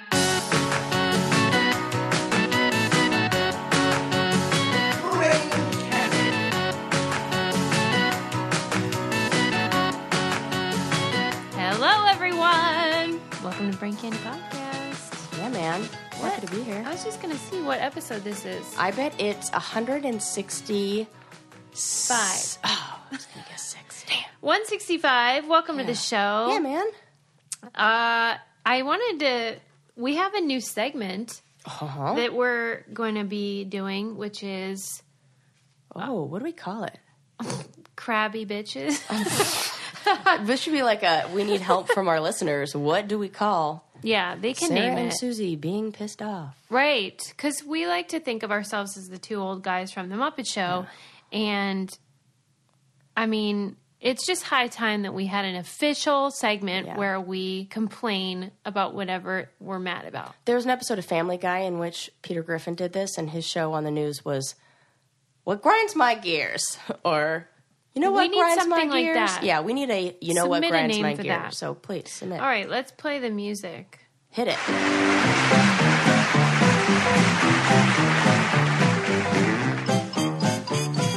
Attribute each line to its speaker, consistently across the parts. Speaker 1: Franken podcast.
Speaker 2: Yeah, man.
Speaker 1: What?
Speaker 2: Happy to be
Speaker 1: I
Speaker 2: here.
Speaker 1: was just gonna see what episode this is.
Speaker 2: I bet it's 165.
Speaker 1: Five.
Speaker 2: Oh, I was going to guess six. Damn.
Speaker 1: 165. Welcome to the show.
Speaker 2: Yeah, man.
Speaker 1: Uh, I wanted to. We have a new segment
Speaker 2: Uh-huh.
Speaker 1: that we're going to be doing, which is
Speaker 2: Oh, what do we call it?
Speaker 1: crabby bitches.
Speaker 2: This should be like a we need help from our listeners. What do we call
Speaker 1: yeah, they can
Speaker 2: Sarah
Speaker 1: name
Speaker 2: and
Speaker 1: it.
Speaker 2: Susie being pissed off?
Speaker 1: Right, because we like to think of ourselves as the two old guys from The Muppet Show. And I mean, it's just high time that we had an official segment
Speaker 2: Yeah.
Speaker 1: where we complain about whatever we're mad about.
Speaker 2: There was an episode of Family Guy in which Peter Griffin did this, and his show on the news was "What grinds my gears," or you know
Speaker 1: We
Speaker 2: what
Speaker 1: need
Speaker 2: grinds
Speaker 1: something
Speaker 2: my
Speaker 1: like
Speaker 2: gears.
Speaker 1: that.
Speaker 2: Yeah, we need a you know
Speaker 1: Submit a
Speaker 2: what grinds
Speaker 1: name
Speaker 2: my
Speaker 1: for
Speaker 2: gears.
Speaker 1: that.
Speaker 2: So please submit.
Speaker 1: All right, let's play the music.
Speaker 2: Hit it. All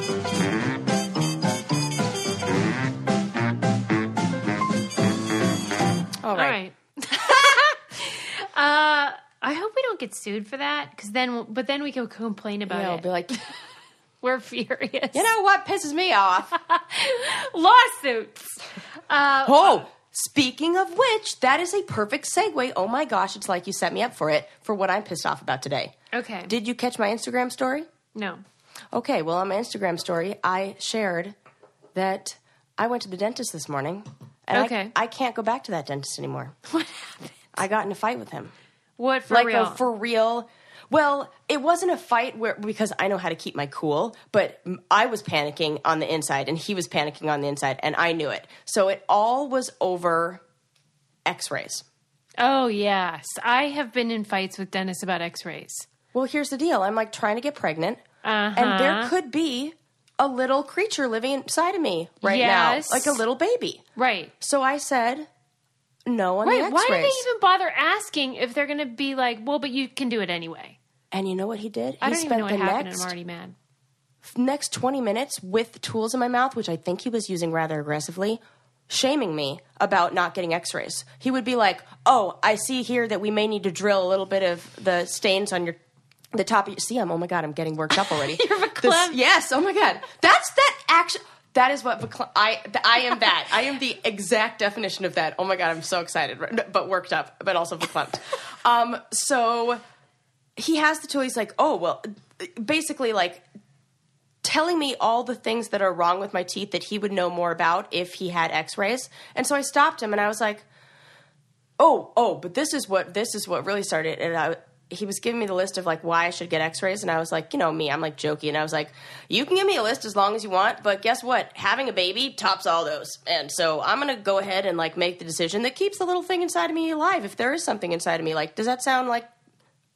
Speaker 1: All right.
Speaker 2: right.
Speaker 1: uh, I hope we don't get sued for that, because then, we'll, but then we can complain about
Speaker 2: Yeah, I'll
Speaker 1: it.
Speaker 2: be like,
Speaker 1: We're furious.
Speaker 2: you know what pisses me off?
Speaker 1: Lawsuits.
Speaker 2: Oh, speaking of which, that is a perfect segue. Oh my gosh, it's like you set me up for it for what I'm pissed off about today.
Speaker 1: Okay.
Speaker 2: Did you catch my Instagram story?
Speaker 1: no.
Speaker 2: Okay, well, on my Instagram story, I shared that I went to the dentist this morning. And I-
Speaker 1: Okay.
Speaker 2: I, can't go back to that dentist anymore.
Speaker 1: What happened?
Speaker 2: I got in a fight with him.
Speaker 1: What for
Speaker 2: like
Speaker 1: real?
Speaker 2: a for real. Well, it wasn't a fight where because I know how to keep my cool, but m- I was panicking on the inside and he was panicking on the inside and I knew it. So it all was over x-rays.
Speaker 1: Oh, yes. I have been in fights with Dennis about x rays.
Speaker 2: Well, here's the deal. I'm like trying to get pregnant, and
Speaker 1: Uh-huh.
Speaker 2: there could be a little creature living inside of me right
Speaker 1: Yes.
Speaker 2: now, like a little baby.
Speaker 1: Right.
Speaker 2: So I said, "No on
Speaker 1: Wait,
Speaker 2: the
Speaker 1: why do they
Speaker 2: Oh, X-rays."
Speaker 1: even bother asking if they're going to be like, well, but you can do it anyway?
Speaker 2: and you know what he did? He
Speaker 1: I don't even
Speaker 2: spent
Speaker 1: know what
Speaker 2: the
Speaker 1: happened.
Speaker 2: next
Speaker 1: I'm already mad.
Speaker 2: next 20 minutes with tools in my mouth, which I think he was using rather aggressively, shaming me about not getting x rays. He would be like, Oh, I see here that we may need to drill a little bit of the stains on your. The top of your, see, I'm, oh my God, I'm getting worked up already.
Speaker 1: You're
Speaker 2: This-
Speaker 1: verklempt.
Speaker 2: yes, oh my God. That's that action. That is what, verklempt- I, th- I am that. I am the exact definition of that. Oh my God, I'm so excited, but- but worked up, but also verklempt. Um, so he has the tool. He's like, oh, well, basically, like, telling me all the things that are wrong with my teeth that he would know more about if he had x-rays. And so I stopped him and I was like, "Oh, oh, but this is what this is what really started." And I he was giving me the list of like why I should get x-rays and I was like, "You know me, I'm like jokey." And I was like, "You can give me a list as long as you want, but guess what? Having a baby tops all those." And so I'm going to go ahead and like make the decision that keeps the little thing inside of me alive if there is something inside of me. Like, does that sound like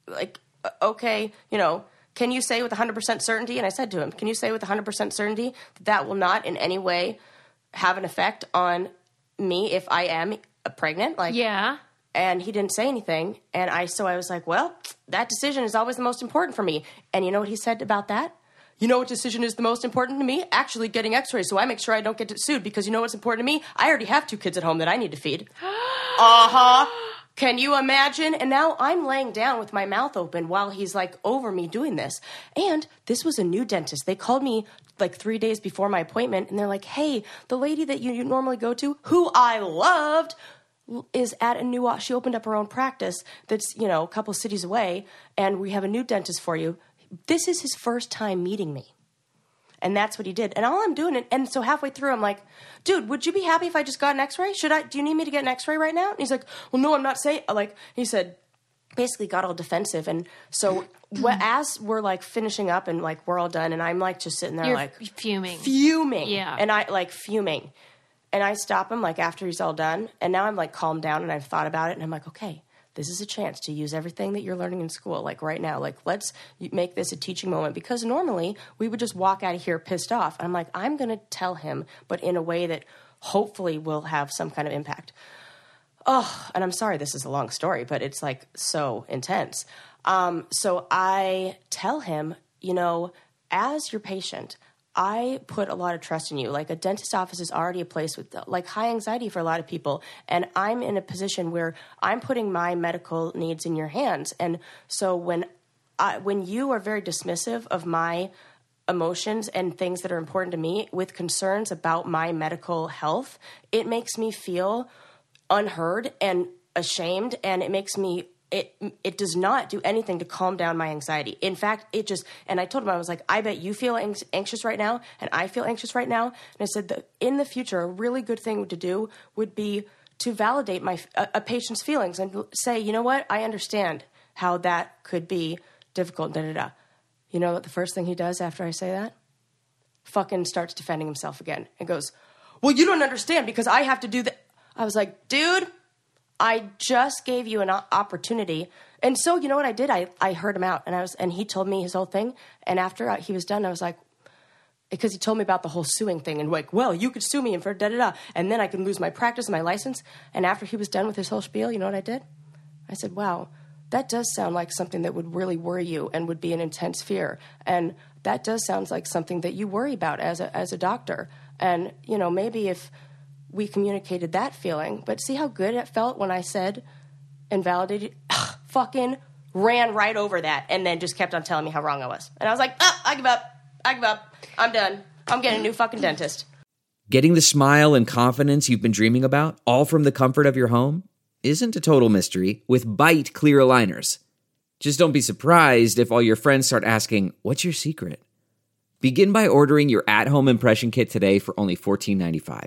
Speaker 2: like uh, okay you know can you say with 100% certainty and i said to him can you say with 100% certainty that that will not in any way have an effect on me if i am uh, pregnant like
Speaker 1: Yeah.
Speaker 2: and he didn't say anything and i so i was like well that decision is always the most important for me and you know what he said about that you know what decision is the most important to me actually getting x-rays so i make sure i don't get sued because you know what's important to me i already have two kids at home that i need to feed uh-huh can you imagine and now i'm laying down with my mouth open while he's like over me doing this and this was a new dentist they called me like three days before my appointment and they're like hey the lady that you, you normally go to who i loved is at a new she opened up her own practice that's you know a couple cities away and we have a new dentist for you this is his first time meeting me and that's what he did and all i'm doing and so halfway through i'm like dude would you be happy if i just got an x-ray should i do you need me to get an x-ray right now and he's like well no i'm not saying like he said basically got all defensive and so wh- as we're like finishing up and like we're all done and i'm like just sitting there
Speaker 1: You're
Speaker 2: like
Speaker 1: fuming.
Speaker 2: fuming.
Speaker 1: Yeah.
Speaker 2: And I like fuming. And I stop him like after he's all done. And now I'm like calmed down and I've thought about it. And I'm like, okay, this is a chance to use everything that you're learning in school, like right now. Like, let's y- make this a teaching moment because normally we would just walk out of here pissed off. And I'm like, I'm going to tell him, but in a way that hopefully will have some kind of impact. Oh, and I'm sorry this is a long story, but it's like so intense. Um, so I tell him, you know, as your patient, I put a lot of trust in you. Like a dentist office is already a place with like high anxiety for a lot of people, and I'm in a position where I'm putting my medical needs in your hands. And so when I, when you are very dismissive of my emotions and things that are important to me with concerns about my medical health, it makes me feel unheard and ashamed and it makes me it it does not do anything to calm down my anxiety. In fact, it just and I told him I was like, I bet you feel anx- anxious right now, and I feel anxious right now. And I said that in the future, a really good thing to do would be to validate my a, a patient's feelings and say, you know what, I understand how that could be difficult. Da da da. You know what the first thing he does after I say that? Fucking starts defending himself again and goes, well, you don't understand because I have to do that. I was like, dude. I just gave you an o- opportunity. And so, you know what I did? I, I heard him out and I was, and he told me his whole thing. And after I, he was done, I was like, because he told me about the whole suing thing and like, well, you could sue me and for da da da. And then I can lose my practice and my license. And after he was done with his whole spiel, you know what I did? I said, wow, that does sound like something that would really worry you and would be an intense fear. And that does sound like something that you worry about as a, as a doctor. And, you know, maybe if, we communicated that feeling. But see how good it felt when I said and validated, Ugh, fucking ran right over that and then just kept on telling me how wrong I was. And I was like, ah, I give up. I give up. I'm done. I'm getting a new fucking dentist.
Speaker 3: Getting the smile and confidence you've been dreaming about, all from the comfort of your home, isn't a total mystery with bite clear aligners. Just don't be surprised if all your friends start asking, What's your secret? Begin by ordering your at home impression kit today for only $14.95.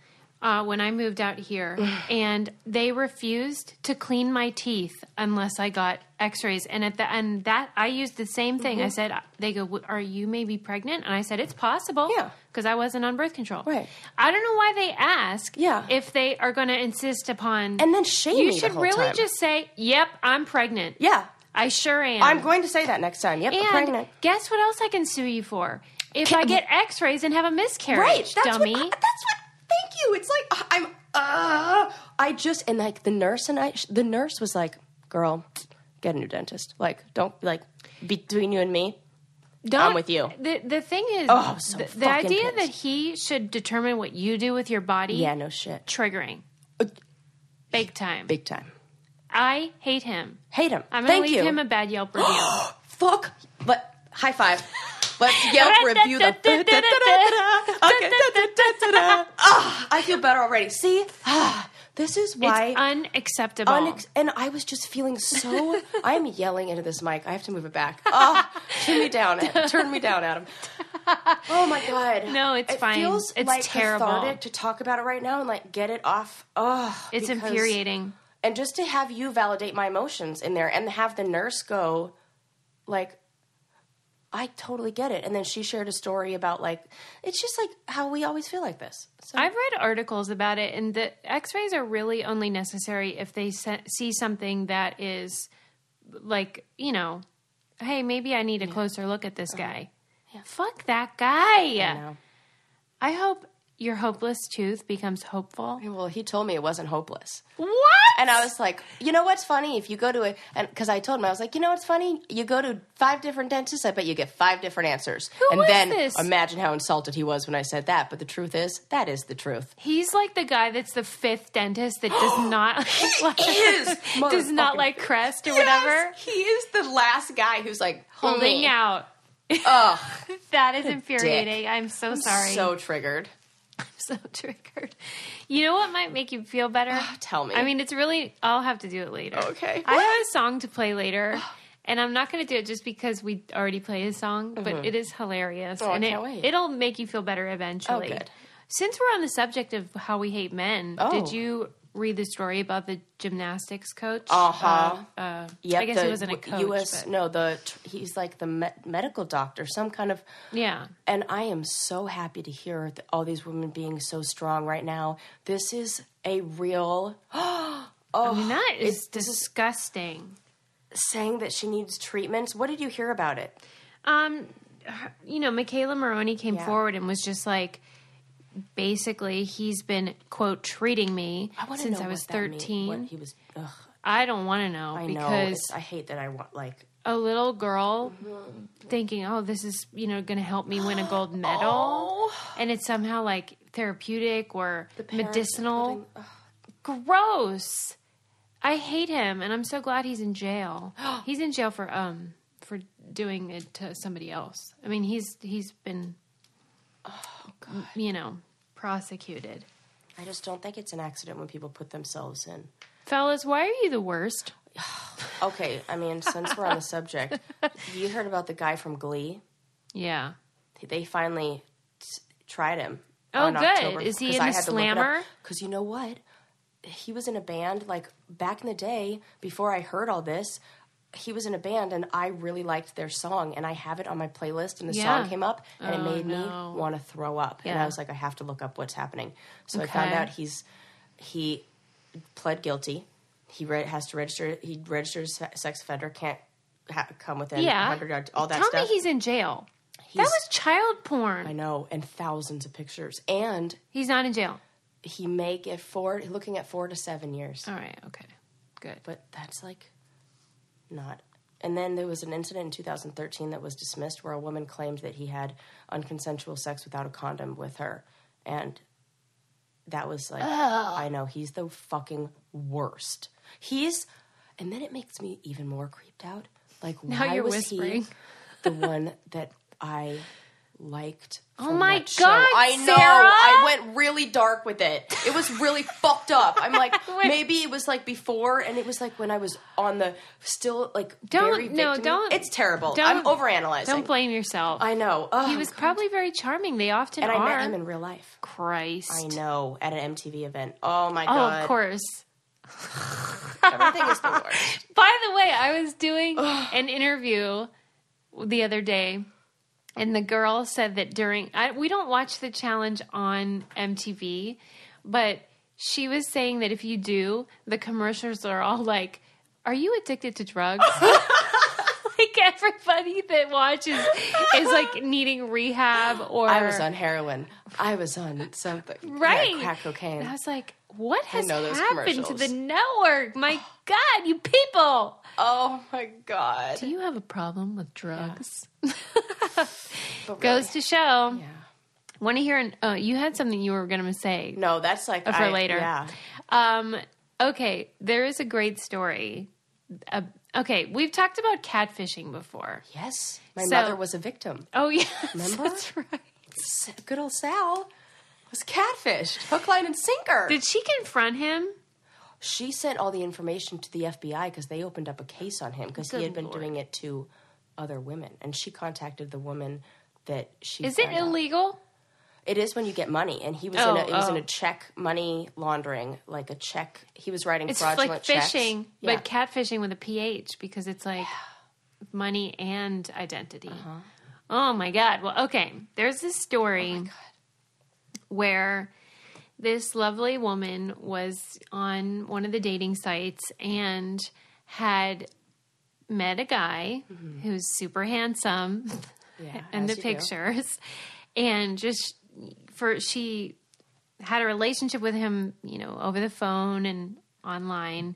Speaker 1: uh, when I moved out here, and they refused to clean my teeth unless I got X-rays. And at the and that I used the same thing.
Speaker 2: Mm-hmm.
Speaker 1: I said, "They go, "W- are you maybe pregnant?" And I said, "It's possible."
Speaker 2: Yeah.
Speaker 1: because I wasn't on birth control.
Speaker 2: Right.
Speaker 1: I don't know why they ask.
Speaker 2: Yeah.
Speaker 1: if they are going to insist upon
Speaker 2: And then shame
Speaker 1: you
Speaker 2: me the
Speaker 1: should
Speaker 2: whole
Speaker 1: really
Speaker 2: time.
Speaker 1: just say, "Yep, I'm pregnant."
Speaker 2: Yeah.
Speaker 1: I sure am.
Speaker 2: I'm going to say that next time. Yep,
Speaker 1: And
Speaker 2: I'm pregnant.
Speaker 1: guess what else I can sue you for? If I get X-rays and have a miscarriage,
Speaker 2: Right. That's
Speaker 1: dummy.
Speaker 2: what. I- That's what. Thank you. It's like I'm. Uh, I just and like the nurse and I. The nurse was like, "Girl, get a new dentist. Like, don't like between you and me.
Speaker 1: Don't,
Speaker 2: I'm with you.
Speaker 1: The the thing is,
Speaker 2: Oh, so
Speaker 1: the, the
Speaker 2: fucking
Speaker 1: idea
Speaker 2: pissed.
Speaker 1: that he should determine what you do with your body,
Speaker 2: Yeah, no shit.
Speaker 1: triggering, big time.
Speaker 2: Big time.
Speaker 1: I hate him.
Speaker 2: Hate him.
Speaker 1: I'm gonna
Speaker 2: Thank
Speaker 1: leave
Speaker 2: you.
Speaker 1: him a bad Yelp review.
Speaker 2: Fuck. But high five. Let's Yelp review the. Okay. Ah, I feel better already. See, Ah, this is why.
Speaker 1: it's unacceptable.
Speaker 2: unex- and I was just feeling so. I'm yelling into this mic. I have to move it back. Oh, turn me down. Turn me down, Adam. Oh my god.
Speaker 1: No, it's
Speaker 2: it
Speaker 1: fine.
Speaker 2: Feels
Speaker 1: It's
Speaker 2: like
Speaker 1: terrible.
Speaker 2: cathartic to talk about it right now and like get it off. Oh,
Speaker 1: it's
Speaker 2: because-
Speaker 1: infuriating.
Speaker 2: and just to have you validate my emotions in there and have the nurse go like i totally get it and then she shared a story about like it's just like how we always feel like this so
Speaker 1: I've read articles about it, and the X-rays are really only necessary if they se- see something that is, like you know, hey, maybe I need a closer look at this guy. Fuck that guy. I,
Speaker 2: Uh-huh. know.
Speaker 1: hope your hopeless tooth becomes hopeful.
Speaker 2: well he told me it wasn't hopeless
Speaker 1: What?
Speaker 2: and i was like you know what's funny if you go to a and because i told him i was like you know what's funny you go to five different dentists i bet you get five different answers
Speaker 1: Who
Speaker 2: and
Speaker 1: was
Speaker 2: then
Speaker 1: this?
Speaker 2: imagine how insulted he was when i said that but the truth is that is the truth
Speaker 1: He's like the guy that's the fifth dentist that does not like,
Speaker 2: is!
Speaker 1: does not
Speaker 2: Motherfucking-
Speaker 1: like crest or whatever.
Speaker 2: Yes, he is the last guy who's like
Speaker 1: Holding
Speaker 2: "Mm,
Speaker 1: out.
Speaker 2: ugh."
Speaker 1: That is infuriating. I'm so sorry.
Speaker 2: So triggered.
Speaker 1: so triggered. You know what might make you feel better?
Speaker 2: Ah, tell me.
Speaker 1: I mean, it's really. I'll have to do it later.
Speaker 2: Okay.
Speaker 1: I have a song to play later, and I'm not going to do it just because we already played a song. But it is hilarious,
Speaker 2: Mm-hmm. Oh, I
Speaker 1: and
Speaker 2: can't
Speaker 1: it,
Speaker 2: wait. Oh,
Speaker 1: it'll make you feel better eventually.
Speaker 2: good.
Speaker 1: Since we're on the subject of how we hate men,
Speaker 2: Oh.
Speaker 1: did you read the story about the gymnastics coach.
Speaker 2: Uh-huh.
Speaker 1: Uh, uh,
Speaker 2: Yep,
Speaker 1: I guess
Speaker 2: the
Speaker 1: he wasn't a coach.
Speaker 2: w- U.S.
Speaker 1: but-
Speaker 2: No, the tr- he's like the me- medical doctor, some kind of.
Speaker 1: yeah.
Speaker 2: And I am so happy to hear th- all these women being so strong right now. This is a real
Speaker 1: I mean, that is
Speaker 2: this is-
Speaker 1: disgusting.
Speaker 2: saying that she needs treatments. What did you hear about it?
Speaker 1: Um, her- you know, Michaela Maroney came
Speaker 2: Yeah.
Speaker 1: forward and was just like, basically, he's been quote treating me
Speaker 2: I wanna
Speaker 1: since
Speaker 2: know
Speaker 1: I was
Speaker 2: what that mean-
Speaker 1: thirteen.
Speaker 2: what he was. Ugh,
Speaker 1: I don't want to know
Speaker 2: I know.
Speaker 1: because
Speaker 2: it's- I hate that. I want like
Speaker 1: a little girl thinking, "Oh, this is you know going to help me win a gold medal," and it's somehow like therapeutic or
Speaker 2: Oh. parents are
Speaker 1: medicinal. Gross. I hate him, and I'm so glad he's in jail. he's in jail for um for doing it to somebody else. I mean, he's he's been,
Speaker 2: Oh,
Speaker 1: you know, prosecuted.
Speaker 2: I just don't think it's an accident when people put themselves in.
Speaker 1: Fellas, why are you the worst?
Speaker 2: Okay, I mean, since we're on the subject, you heard about the guy from Glee?
Speaker 1: Yeah.
Speaker 2: They finally t- tried him.
Speaker 1: Oh, good. Is he in the Slammer?
Speaker 2: Because you know what? He was in a band, like, back in the day, before I heard all this, he was in a band, and I really liked their song, and I have it on my playlist, and the
Speaker 1: Yeah. Oh,
Speaker 2: song came up, and it made me want to throw up. And
Speaker 1: Yeah.
Speaker 2: I was like, I have to look up what's happening. So I found
Speaker 1: Okay.
Speaker 2: out he's he pled guilty. He re- has to register. He registers se- sex offender. Can't ha- come within
Speaker 1: Yeah.
Speaker 2: 100 yards. All that
Speaker 1: Tell
Speaker 2: stuff.
Speaker 1: me he's in jail. that
Speaker 2: He's-
Speaker 1: was child
Speaker 2: I
Speaker 1: porn.
Speaker 2: know, and thousands of pictures. And
Speaker 1: He's not in jail.
Speaker 2: he may get four, looking at four to seven years.
Speaker 1: All right. Okay. Good.
Speaker 2: But that's like not. And then there was an incident in 2013 that was dismissed where a woman claimed that he had unconsensual sex without a condom with her. And that was like, I know, he's the fucking worst. He's, and then it makes me even more creeped out. Like,
Speaker 1: Now
Speaker 2: why
Speaker 1: you're
Speaker 2: was
Speaker 1: whispering.
Speaker 2: he the one that I liked?
Speaker 1: Oh
Speaker 2: from
Speaker 1: my
Speaker 2: that show?
Speaker 1: God,
Speaker 2: I know.
Speaker 1: Sarah!
Speaker 2: I went really dark with it. It was really fucked up. I'm like,
Speaker 1: Wait.
Speaker 2: maybe it was like before, and it was like when I was on the still like
Speaker 1: Don't-
Speaker 2: very
Speaker 1: no,
Speaker 2: victim-
Speaker 1: don't-
Speaker 2: It's terrible.
Speaker 1: don't-
Speaker 2: I'm overanalyzing.
Speaker 1: Don't blame yourself.
Speaker 2: I know. Ugh.
Speaker 1: he was probably very charming. They often
Speaker 2: and I
Speaker 1: are.
Speaker 2: met him in real life.
Speaker 1: Christ.
Speaker 2: I know at an MTV event. Oh my
Speaker 1: Oh,
Speaker 2: god!
Speaker 1: of course.
Speaker 2: Everything is the worst.
Speaker 1: By the way, I was doing an interview the other day, and the girl said that during I, we don't watch the challenge on MTV, but she was saying that if you do, the commercials are all like, "Are you addicted to drugs?" like everybody that watches is like needing rehab or
Speaker 2: I was on heroin. I was on something. yeah,
Speaker 1: right
Speaker 2: crack cocaine.
Speaker 1: And I was like, "What has
Speaker 2: know those
Speaker 1: happened to
Speaker 2: commercials.
Speaker 1: the network? My God, you people!"
Speaker 2: oh my god.
Speaker 1: Do you have a problem with drugs?
Speaker 2: But really-
Speaker 1: Goes to show.
Speaker 2: Yeah.
Speaker 1: Want to hear? An, oh, you had something you were going to say.
Speaker 2: No, that's like
Speaker 1: Oh, for
Speaker 2: I-
Speaker 1: later.
Speaker 2: Yeah.
Speaker 1: Um, okay, there is a great story. Uh, okay, we've talked about catfishing before.
Speaker 2: Yes. My
Speaker 1: So-
Speaker 2: mother was a victim.
Speaker 1: Oh yes,
Speaker 2: Remember?
Speaker 1: that's right.
Speaker 2: S- Good old Sal was catfished, hook, line, and sinker.
Speaker 1: Did she confront him?
Speaker 2: she sent all the information to the FBI because they opened up a case on him because he
Speaker 1: Good
Speaker 2: had been
Speaker 1: Lord.
Speaker 2: doing it to other women, and she contacted the woman that she.
Speaker 1: Is it
Speaker 2: found out-
Speaker 1: illegal?
Speaker 2: It is when you get money, and he was
Speaker 1: Oh,
Speaker 2: in a, he was in
Speaker 1: oh.
Speaker 2: a check money laundering, like a check. He was writing
Speaker 1: It's
Speaker 2: fraudulent
Speaker 1: like
Speaker 2: checks.
Speaker 1: fishing,
Speaker 2: Yeah.
Speaker 1: but catfishing with a ph because it's like money and identity.
Speaker 2: Uh-huh.
Speaker 1: Oh my god! Well, okay. There's this
Speaker 2: Oh
Speaker 1: story where this lovely woman was on one of the dating sites and had met a guy who's super handsome
Speaker 2: Mm-hmm. Yeah,
Speaker 1: in the
Speaker 2: as you do.
Speaker 1: pictures and just for she had a relationship with him you know over the phone and online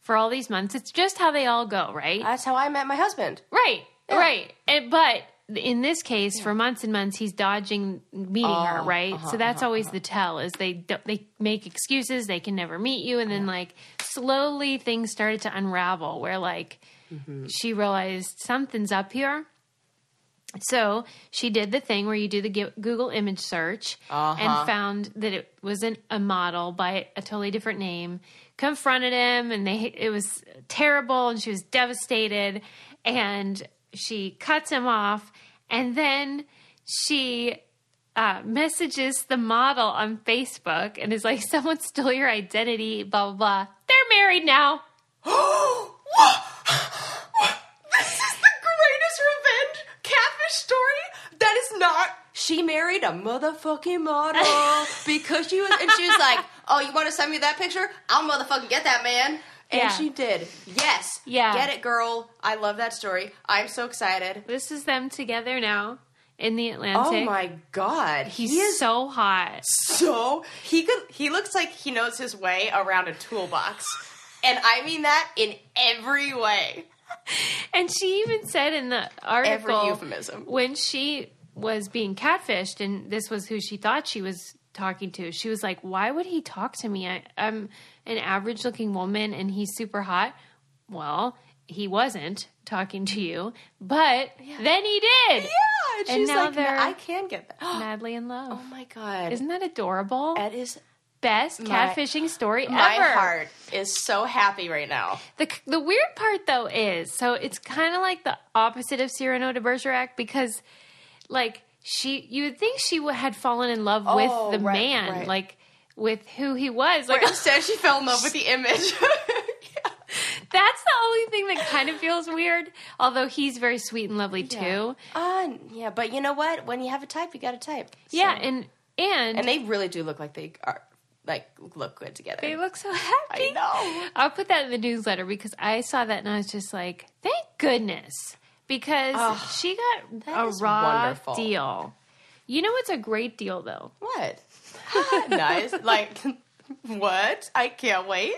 Speaker 1: for all these months it's just how they all go right
Speaker 2: That's how I met my husband.
Speaker 1: right right and, but in this case for months and months he's dodging meeting her right so that's always the tell is they don't- they make excuses they can never meet you and then like slowly things started to unravel where like she realized something's up here so she did the thing where you do the Gu- Google image search
Speaker 2: Uh-huh.
Speaker 1: and found that it was an, a model by a totally different name. Confronted him, and they it was terrible, and she was devastated. And she cuts him off, and then she uh, messages the model on Facebook and is like, someone stole your identity, blah, blah, blah. They're married now.
Speaker 2: This is the greatest revenge catfish story. That is not. She married a motherfucking model because she was, and she was like, "Oh, you want to send me that picture? I'll motherfucking get that man." And
Speaker 1: Yeah.
Speaker 2: she did. Yes.
Speaker 1: Yeah.
Speaker 2: Get it, girl. I love that story. I'm so excited.
Speaker 1: This is them together now in the
Speaker 2: Oh
Speaker 1: Atlantic.
Speaker 2: my god,
Speaker 1: He's
Speaker 2: he is so,
Speaker 1: so hot.
Speaker 2: he could. He looks like he knows his way around a toolbox, and I mean that in every way.
Speaker 1: And she even said in the article
Speaker 2: euphemism.
Speaker 1: when she was being catfished, and this was who she thought she was talking to. She was like, "Why would he talk to me? I, I'm an average-looking woman, and he's super hot." Well, he wasn't talking to you, but then he did.
Speaker 2: Yeah,
Speaker 1: And
Speaker 2: and, she's
Speaker 1: now
Speaker 2: like, "No,
Speaker 1: they're-
Speaker 2: I can get that. Oh
Speaker 1: Madly in love.
Speaker 2: my god,
Speaker 1: Isn't that adorable?
Speaker 2: that is
Speaker 1: Best
Speaker 2: my-
Speaker 1: catfishing story
Speaker 2: My
Speaker 1: ever.
Speaker 2: heart is so happy right now.
Speaker 1: The, the weird part though is so it's kind of like the opposite of Cyrano de Bergerac because like she you would think she w- had fallen in love
Speaker 2: Oh,
Speaker 1: with the
Speaker 2: right,
Speaker 1: man
Speaker 2: right.
Speaker 1: like with who he was like
Speaker 2: Instead, she fell in love with the image.
Speaker 1: that's the only thing that kind of feels weird although he's very sweet and lovely too
Speaker 2: Uh, yeah, but you know what? When you have a type, you got a type.
Speaker 1: yeah
Speaker 2: So-
Speaker 1: and and,
Speaker 2: and
Speaker 1: they,
Speaker 2: they really do look like they are like look good together.
Speaker 1: look so happy
Speaker 2: I know.
Speaker 1: I'll put that in the newsletter because I saw that and I was just like thank goodness because she
Speaker 2: that
Speaker 1: got a
Speaker 2: is
Speaker 1: raw
Speaker 2: wonderful.
Speaker 1: deal you know what's a great deal though
Speaker 2: What? Ah, nice. Like what? I can't wait.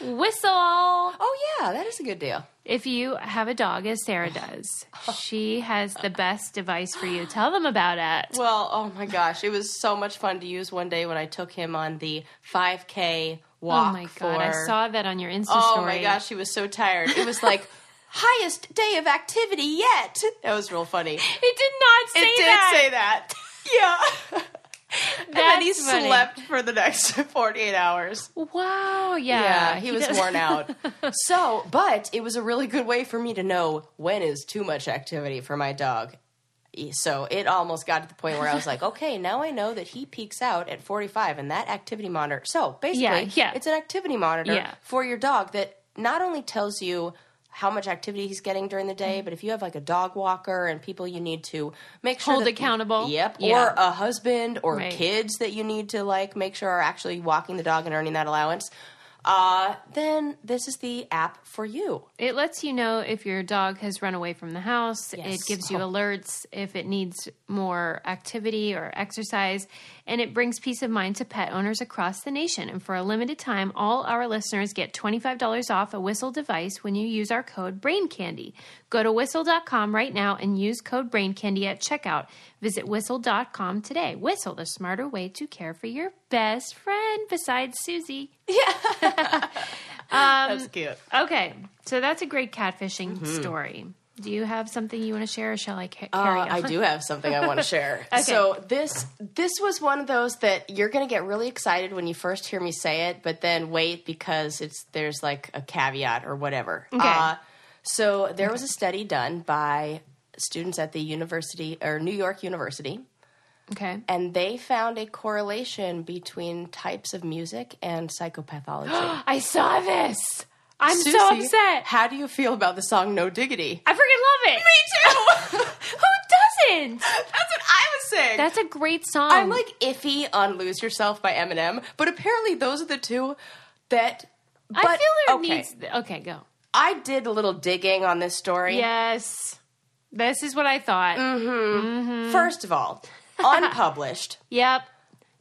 Speaker 1: whistle.
Speaker 2: Oh yeah, that is a good deal.
Speaker 1: If you have a dog, as Sarah does, she has the best device for you. Tell them about it.
Speaker 2: Well, oh my gosh, it was so much fun to use one day when I took him on the 5K walk.
Speaker 1: Oh my god, I
Speaker 2: for-
Speaker 1: saw that on your Insta
Speaker 2: Oh
Speaker 1: story.
Speaker 2: my gosh, he was so tired. It was like highest day of activity yet. That was real funny. It
Speaker 1: It did not say
Speaker 2: did
Speaker 1: that.
Speaker 2: say that. yeah. and then he
Speaker 1: That's funny.
Speaker 2: slept for the next 48 hours.
Speaker 1: Wow, yeah.
Speaker 2: Yeah, he, was
Speaker 1: does-
Speaker 2: worn out. so, but it was a really good way for me to know when is too much activity for my dog. E, So it almost got to the point where I was like, okay, now I know that he peaks out at 45 and that activity monitor. So basically,
Speaker 1: Yeah, yeah.
Speaker 2: it's an activity monitor
Speaker 1: Yeah.
Speaker 2: for your dog that not only tells you how much activity he's getting during the
Speaker 1: Mm-hmm.
Speaker 2: day, but if you have like a dog walker and people you need to make sure
Speaker 1: Hold
Speaker 2: that-
Speaker 1: accountable.
Speaker 2: Yep.
Speaker 1: Yeah.
Speaker 2: Or a husband or
Speaker 1: Right.
Speaker 2: kids that you need to like make sure are actually walking the dog and earning that allowance, uh, then this is the app for you.
Speaker 1: It lets you know if your dog has run away from the house.
Speaker 2: Yes.
Speaker 1: It gives you alerts if it needs more activity or exercise. And it brings peace of mind to pet owners across the nation. And for a limited time, all our listeners get $25 off a whistle device when you use our code BRAINCANDY. Go to whistle.com right now and use code BRAINCANDY at checkout. Visit whistle.com today. Whistle, the smarter way to care for your best friend besides Susie. Um,
Speaker 2: That's cute.
Speaker 1: Okay, so that's a great catfishing story. Do you have something you want to share, or shall I ca- carry
Speaker 2: Mm-hmm. Uh,
Speaker 1: on?
Speaker 2: I do have something I want to share.
Speaker 1: Okay.
Speaker 2: So this this was one of those that you're going to get really excited when you first hear me say it, but then wait because it's there's like a caveat or whatever.
Speaker 1: Okay.
Speaker 2: Uh, so there was a study done by students at the university or New York University,
Speaker 1: Okay.
Speaker 2: and they found a correlation between types of music and psychopathology.
Speaker 1: I saw this. I'm so
Speaker 2: Susie,
Speaker 1: upset.
Speaker 2: How do you feel about the song No Diggity?
Speaker 1: I freaking love it.
Speaker 2: Me too.
Speaker 1: Who doesn't?
Speaker 2: That's what I was saying.
Speaker 1: That's a great song.
Speaker 2: I'm like iffy on "Lose Yourself" by Eminem, but apparently those are the two that. But,
Speaker 1: I feel there
Speaker 2: okay.
Speaker 1: needs. Okay, go.
Speaker 2: I did a little digging on this story.
Speaker 1: Yes, this is what I thought.
Speaker 2: Mm. First of all, unpublished,
Speaker 1: Yep,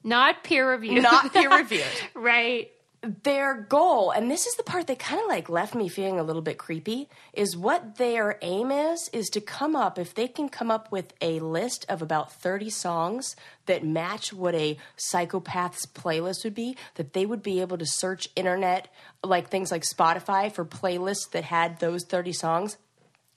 Speaker 1: not peer reviewed.
Speaker 2: not peer reviewed.
Speaker 1: right.
Speaker 2: Their goal, and this is the part that kind of like left me feeling a little bit creepy, is what their aim is is to come up if they can come up with a list of about 30 songs that match what a psychopath's playlist would be, that they would be able to search internet like things like Spotify for playlists that had those 30 songs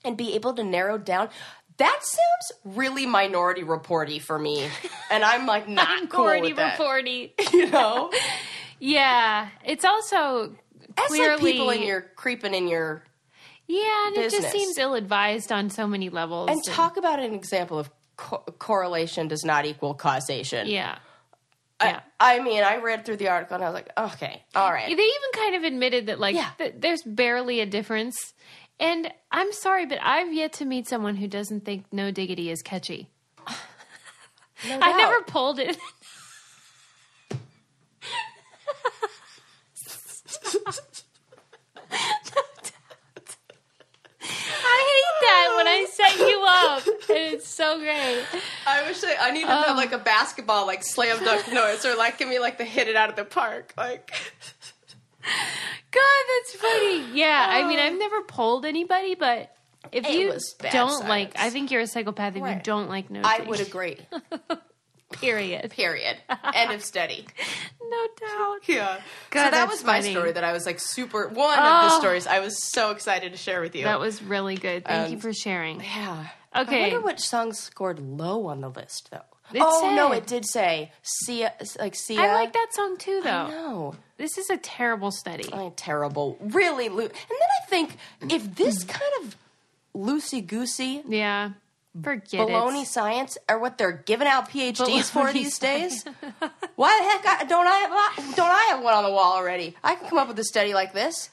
Speaker 2: and be able to narrow down that sounds really minority reporty for me. And I'm like not cool
Speaker 1: Corny
Speaker 2: with that,
Speaker 1: reporty.
Speaker 2: you know?
Speaker 1: yeah, it's also
Speaker 2: That's like
Speaker 1: clearly
Speaker 2: people in your creeping in your
Speaker 1: yeah, and it
Speaker 2: business.
Speaker 1: just seems ill advised on so many levels.
Speaker 2: and talk about an example of co- correlation does not equal causation.
Speaker 1: Yeah.
Speaker 2: I, I mean, I read through the article and I was like, okay, all
Speaker 1: They
Speaker 2: right.
Speaker 1: even kind of admitted that, like,
Speaker 2: Yeah.
Speaker 1: th- there's barely a difference. And I'm sorry, but I've yet to meet someone who doesn't think no diggity is catchy.
Speaker 2: No
Speaker 1: I
Speaker 2: doubt.
Speaker 1: never pulled it. I hate that when I set you up, and it's so great.
Speaker 2: I wish I, I needed to have like a basketball like slam dunk noise or like give me like the hit it out of the park. Like
Speaker 1: God, that's funny. Yeah, I mean, I've never polled anybody, but if
Speaker 2: Oh. It
Speaker 1: you
Speaker 2: was bad
Speaker 1: don't
Speaker 2: silence.
Speaker 1: like, I think you're a psychopath if you
Speaker 2: Right.
Speaker 1: don't like no.
Speaker 2: I
Speaker 1: diggity.
Speaker 2: would agree.
Speaker 1: Period.
Speaker 2: Period. End of study.
Speaker 1: No doubt.
Speaker 2: Yeah.
Speaker 1: God,
Speaker 2: so that
Speaker 1: that's
Speaker 2: was my
Speaker 1: funny.
Speaker 2: story that I was like super one of the
Speaker 1: Oh.
Speaker 2: stories I was so excited to share with you.
Speaker 1: That was really good. Thank you
Speaker 2: Um,
Speaker 1: for sharing.
Speaker 2: yeah. I
Speaker 1: Okay.
Speaker 2: wonder what songs scored low on the list though.
Speaker 1: It
Speaker 2: oh no,
Speaker 1: said.
Speaker 2: it did say Sia like Sia.
Speaker 1: I like that song too, though.
Speaker 2: No.
Speaker 1: This is a terrible study.
Speaker 2: Oh, terrible. Really loo And then I think if this
Speaker 1: Mm-hmm.
Speaker 2: kind of loosey goosey
Speaker 1: Yeah. Forget
Speaker 2: baloney
Speaker 1: it.
Speaker 2: science are what they're giving out PhDs for
Speaker 1: Baloney
Speaker 2: these days. Why the heck I, don't I have don't I have one on the wall already? I can come up with a study like this.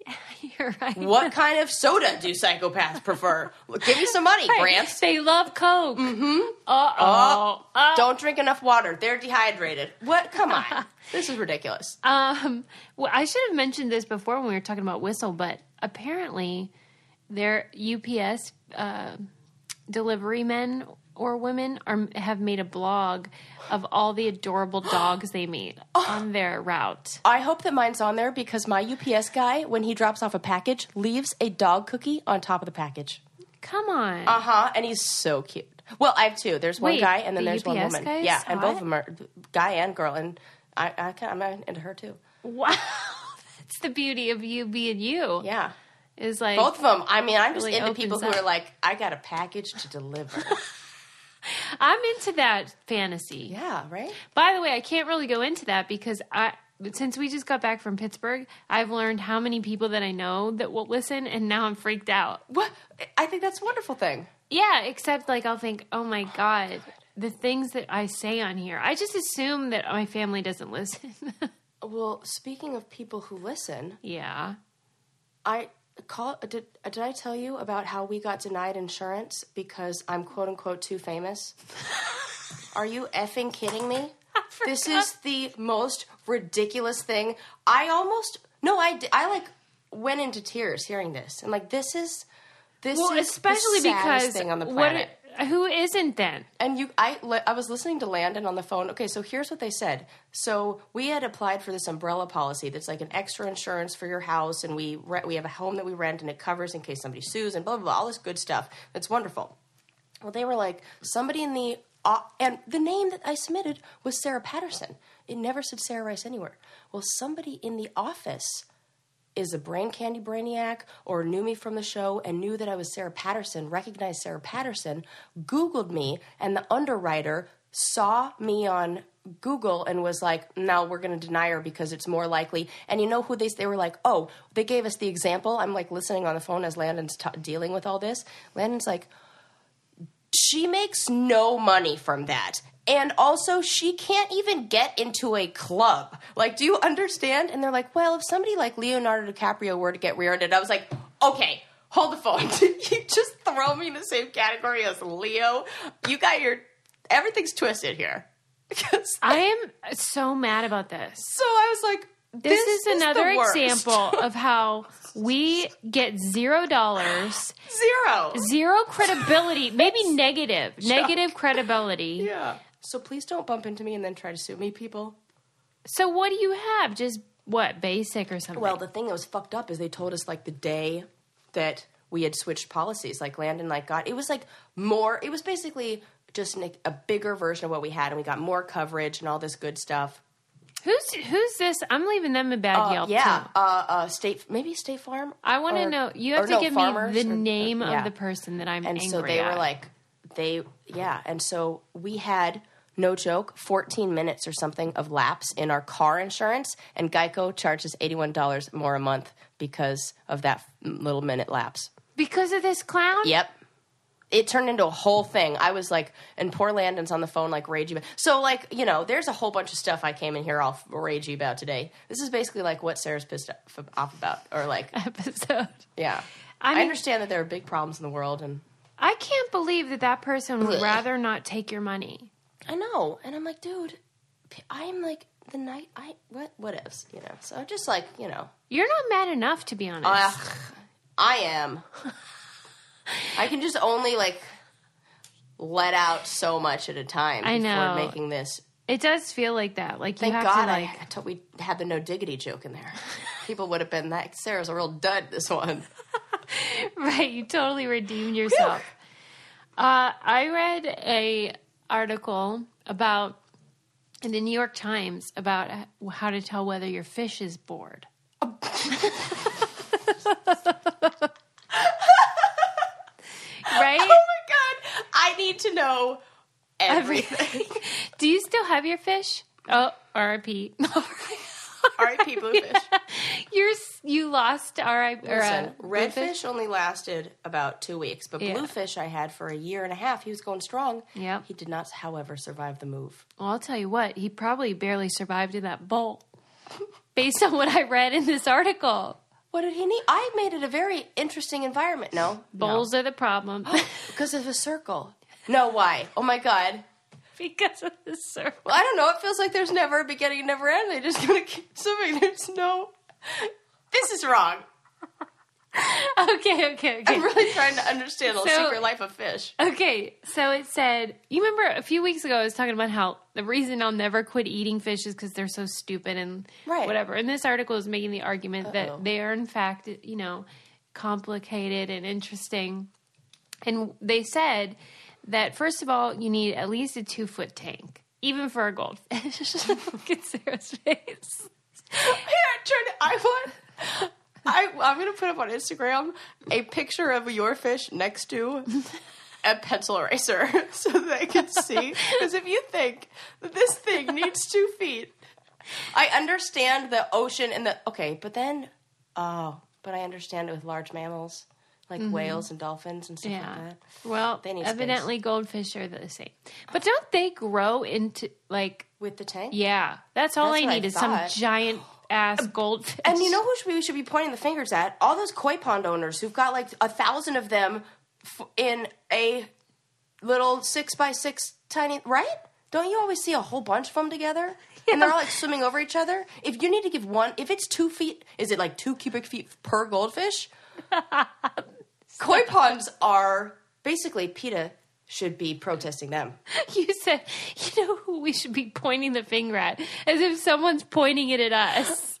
Speaker 1: You're right.
Speaker 2: What kind of soda do psychopaths prefer? Well, Give me some money, Grant.
Speaker 1: They love Coke. Mm-hmm. Uh-oh. Uh
Speaker 2: Don't drink enough water. They're dehydrated. What? Come on. this is ridiculous.
Speaker 1: Um, well, I should have mentioned this before when we were talking about whistle, but apparently, their UPS uh, delivery men or women are have made a blog of all the adorable dogs they meet on their route.
Speaker 2: I hope that mine's on there because my UPS guy, when he drops off a package, leaves a dog cookie on top of the package.
Speaker 1: Come on.
Speaker 2: Uh huh. And he's so cute. Well, I have two. There's one
Speaker 1: Wait,
Speaker 2: guy and then
Speaker 1: the
Speaker 2: there's one
Speaker 1: UPS
Speaker 2: woman.
Speaker 1: guy is
Speaker 2: yeah, and
Speaker 1: hot?
Speaker 2: both of them are guy and girl. And I, I can, I'm into her too.
Speaker 1: wow. That's the beauty of you being you.
Speaker 2: Yeah.
Speaker 1: Is like
Speaker 2: Both of them. I mean, I'm just
Speaker 1: Really
Speaker 2: into people
Speaker 1: opens
Speaker 2: who
Speaker 1: up.
Speaker 2: are like, I got a package to deliver.
Speaker 1: I'm into that fantasy.
Speaker 2: yeah, right?
Speaker 1: By the way, I can't really go into that because I since we just got back from Pittsburgh, I've learned how many people that I know that will listen and now I'm freaked out.
Speaker 2: What? I think that's a wonderful thing.
Speaker 1: Yeah, except like I'll think, "Oh my god, the things that I say on here." I just assume that my family doesn't listen.
Speaker 2: Well, speaking of people who listen,
Speaker 1: yeah.
Speaker 2: I call did did I tell you about how we got denied insurance because I'm quote unquote too famous? Are you effing kidding me? This is the most ridiculous thing. I almost no, I di- I like went into tears hearing this. I'm like, this is this
Speaker 1: Well,
Speaker 2: is
Speaker 1: especially
Speaker 2: the saddest
Speaker 1: because
Speaker 2: thing on the
Speaker 1: what
Speaker 2: planet.
Speaker 1: who isn't then?
Speaker 2: And you, I, li- I was listening to Landon on the phone. Okay, so here's what they said. So we had applied for this umbrella policy that's like an extra insurance for your house, and we re- we have a home that we rent, and it covers in case somebody sues, and blah blah blah, all this good stuff. That's wonderful. Well, they were like somebody in the uh, and the name that I submitted was Sarah Patterson. It never said Sarah Rice anywhere. Well, somebody in the office is a brain candy brainiac or knew me from the show and knew that I was Sarah Patterson, recognized Sarah Patterson, Googled me, and the underwriter saw me on Google and was like, no, we're going to deny her because it's more likely. And you know who they, they were like, oh, they gave us the example. I'm like listening on the phone as Landon's t- dealing with all this. Landon's like, she makes no money from that. And also, she can't even get into a club. Like, do you understand? And they're like, well, if somebody like Leonardo DiCaprio were to get rear ended, I was like, okay, hold the phone. Did you just throw me in the same category as Leo? You got your. Everything's twisted here. 'Cause-
Speaker 1: I am so mad about this.
Speaker 2: so I was like,
Speaker 1: this,
Speaker 2: this,
Speaker 1: is, another
Speaker 2: the worst.
Speaker 1: example of how we get zero dollars,
Speaker 2: Zero.
Speaker 1: zero credibility, maybe negative, negative credibility.
Speaker 2: Yeah. So please don't bump into me and then try to sue me, people.
Speaker 1: So what do you have? Just what basic or something?
Speaker 2: Well, the thing that was fucked up is they told us like the day that we had switched policies. Like Landon, like got it was like more. It was basically just an, a bigger version of what we had, and we got more coverage and all this good stuff.
Speaker 1: who's who's this? I'm leaving them a bad Yelp.
Speaker 2: yeah,
Speaker 1: too.
Speaker 2: uh, uh, state maybe State Farm.
Speaker 1: I want to
Speaker 2: or-
Speaker 1: know. You
Speaker 2: or
Speaker 1: have to
Speaker 2: no,
Speaker 1: give
Speaker 2: Farmers
Speaker 1: me
Speaker 2: or-
Speaker 1: the
Speaker 2: or-
Speaker 1: name
Speaker 2: yeah.
Speaker 1: of the person that I'm
Speaker 2: and
Speaker 1: angry
Speaker 2: so they
Speaker 1: at.
Speaker 2: were like they yeah and so we had no joke 14 minutes or something of lapse in our car insurance and geico charges $81 more a month because of that little minute lapse
Speaker 1: because of this clown.
Speaker 2: yep it turned into a whole thing. I was like, and poor Landon's on the phone like ragey. about- So like, you know, there's a whole bunch of stuff I came in here all ragey about today. This is basically like what Sarah's pissed off- off about, or like,
Speaker 1: episode.
Speaker 2: yeah.
Speaker 1: I
Speaker 2: I,
Speaker 1: mean-
Speaker 2: understand that there are big problems in the world, and
Speaker 1: I can't believe that that person would rather not take your money.
Speaker 2: I know, and I'm like, dude, p- I'm like the night I what what ifs, you know. So just like you know,
Speaker 1: You're not mad enough, to be honest.
Speaker 2: Ugh, I am. I can just only like let out so much at a time.
Speaker 1: I know.
Speaker 2: Before making this,
Speaker 1: it does feel like that. Like
Speaker 2: thank
Speaker 1: you have
Speaker 2: God
Speaker 1: to like.
Speaker 2: I, I thought we had the no diggity joke in there. People would have been like, Sarah's a real dud. This one.
Speaker 1: right you totally redeemed yourself uh, i read a article about in the new york times about h- how to tell whether your fish is bored right
Speaker 2: Oh my God, I need to know everything.
Speaker 1: do you still have your fish oh rip
Speaker 2: R.I.P. Bluefish.
Speaker 1: you're s- you lost rip or, uh,
Speaker 2: Listen, redfish only lasted about two weeks, but
Speaker 1: Yeah.
Speaker 2: bluefish I had for a year and a half. He was going strong.
Speaker 1: Yep.
Speaker 2: He did not, however, survive the move.
Speaker 1: Well, I'll tell you what, he probably barely survived in that bowl based on what I read in this article.
Speaker 2: What did he need? I made it a very interesting environment. No,
Speaker 1: Bowls are the problem
Speaker 2: because of a circle. No, why? Oh my god.
Speaker 1: because of the circle.
Speaker 2: Well, I don't know. It feels like there's never a beginning, never end. They just gonna keep swimming. There's no. This is wrong.
Speaker 1: Okay, okay, okay.
Speaker 2: I'm really trying to understand the
Speaker 1: So-
Speaker 2: secret life of fish.
Speaker 1: Okay, so it said, you remember a few weeks ago I was talking about how the reason I'll never quit eating fish is because they're so stupid and
Speaker 2: Right.
Speaker 1: whatever. And this article is making the argument
Speaker 2: Uh-oh.
Speaker 1: that they are, in fact, you know, complicated and interesting. And they said that, first of all, you need at least a two foot tank, even for a goldfish. Look at Sarah's face.
Speaker 2: Here, turn it. I want. I, I'm going to put up on Instagram a picture of your fish next to a pencil eraser so that I can see. Because if you think that this thing needs two feet, I understand the ocean and the. Okay, but then. Oh, but I understand it with large mammals like whales and dolphins and stuff like
Speaker 1: Yeah.
Speaker 2: that.
Speaker 1: Well,
Speaker 2: They need space.
Speaker 1: evidently goldfish are the same. But don't they grow into, like,
Speaker 2: With the tank?
Speaker 1: Yeah, that's all
Speaker 2: That's
Speaker 1: I
Speaker 2: what I
Speaker 1: need is
Speaker 2: thought.
Speaker 1: some giant ass goldfish.
Speaker 2: And you know who should, we should be pointing the fingers at? All those koi pond owners who've got like a thousand of them f- in a little six by six tiny, right? Don't you always see a whole bunch of them together? And they're all like swimming over each other? If you need to give one, if it's two feet, is it like two cubic feet per goldfish? koi ponds are basically PETA should be protesting them.
Speaker 1: you said you know who we should be pointing the finger at, as if someone's pointing it at us.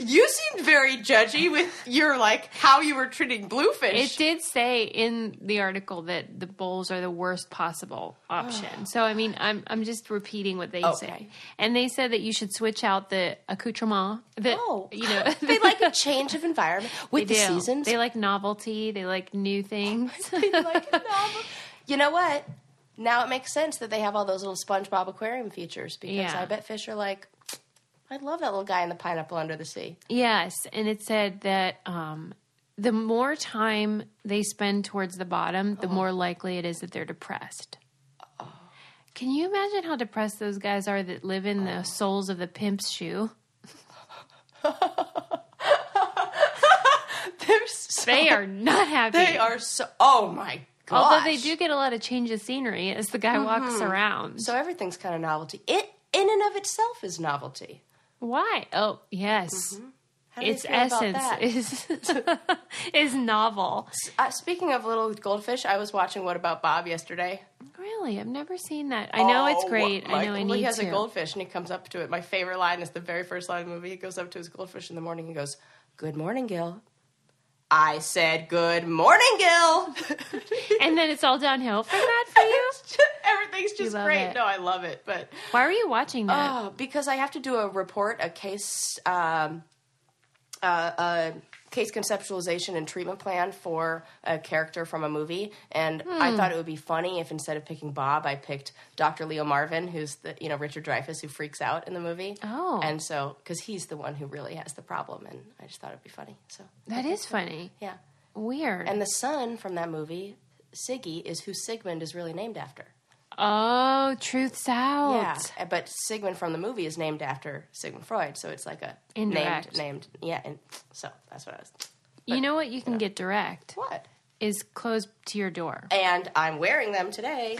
Speaker 2: You seemed very judgy with your like how you were treating
Speaker 1: It
Speaker 2: bluefish.
Speaker 1: did say in the article that the bowls are the worst possible option. so I mean, I'm I'm just repeating what they say,
Speaker 2: Oh, Okay.
Speaker 1: and they said that you should switch out the accoutrement. That
Speaker 2: Oh.
Speaker 1: you know
Speaker 2: they like a change of environment with
Speaker 1: They
Speaker 2: the
Speaker 1: do.
Speaker 2: seasons.
Speaker 1: They like novelty. They like new things.
Speaker 2: you know what? Now it makes sense that they have all those little SpongeBob aquarium features because
Speaker 1: Yeah.
Speaker 2: I bet fish are like, I love that little guy in the pineapple under the sea.
Speaker 1: Yes, and it said that um, the more time they spend towards the bottom, the more likely it is that they're depressed. Can you imagine how depressed those guys are that live in the soles of the pimp's shoe?
Speaker 2: They're so,
Speaker 1: They are not happy.
Speaker 2: they are so. Oh my god!
Speaker 1: Although they do get a lot of change of scenery as the guy walks around.
Speaker 2: So everything's kind of novelty. It in and of itself is novelty.
Speaker 1: Why? Oh, yes.
Speaker 2: How do they
Speaker 1: Its
Speaker 2: feel about
Speaker 1: essence
Speaker 2: that?
Speaker 1: is is novel.
Speaker 2: Uh, speaking of little goldfish, I was watching What About Bob yesterday.
Speaker 1: Really, I've never seen that. I know it's
Speaker 2: Oh,
Speaker 1: great. I
Speaker 2: my-
Speaker 1: know I
Speaker 2: well,
Speaker 1: need
Speaker 2: He has
Speaker 1: to.
Speaker 2: a goldfish, and he comes up to it. My favorite line is the very first line of the movie. He goes up to his goldfish in the morning and goes, "Good morning, Gil." I said, "Good morning, Gil."
Speaker 1: and then it's all downhill from that for you.
Speaker 2: Everything's just
Speaker 1: love
Speaker 2: great.
Speaker 1: it.
Speaker 2: No, I love it, but
Speaker 1: Why were you watching that?
Speaker 2: oh, because I have to do a report, a case, um, uh, uh, case conceptualization and treatment plan for a character from a movie, and I thought it would be funny if instead of picking Bob, I picked Dr. Leo Marvin, who's the you know Richard Dreyfuss who freaks out in the movie.
Speaker 1: Oh.
Speaker 2: and so because he's the one who really has the problem, and I just thought it'd be funny. So
Speaker 1: that is funny.
Speaker 2: yeah,
Speaker 1: Weird.
Speaker 2: and the son from that movie Siggy is who Sigmund is really named after.
Speaker 1: Oh, truth's out.
Speaker 2: Yeah, but Sigmund from the movie is named after Sigmund Freud, so it's like a
Speaker 1: Indirect.
Speaker 2: named named yeah, and so that's what I was.
Speaker 1: you know what you can get direct
Speaker 2: What?
Speaker 1: is close to your door.
Speaker 2: And I'm wearing them today.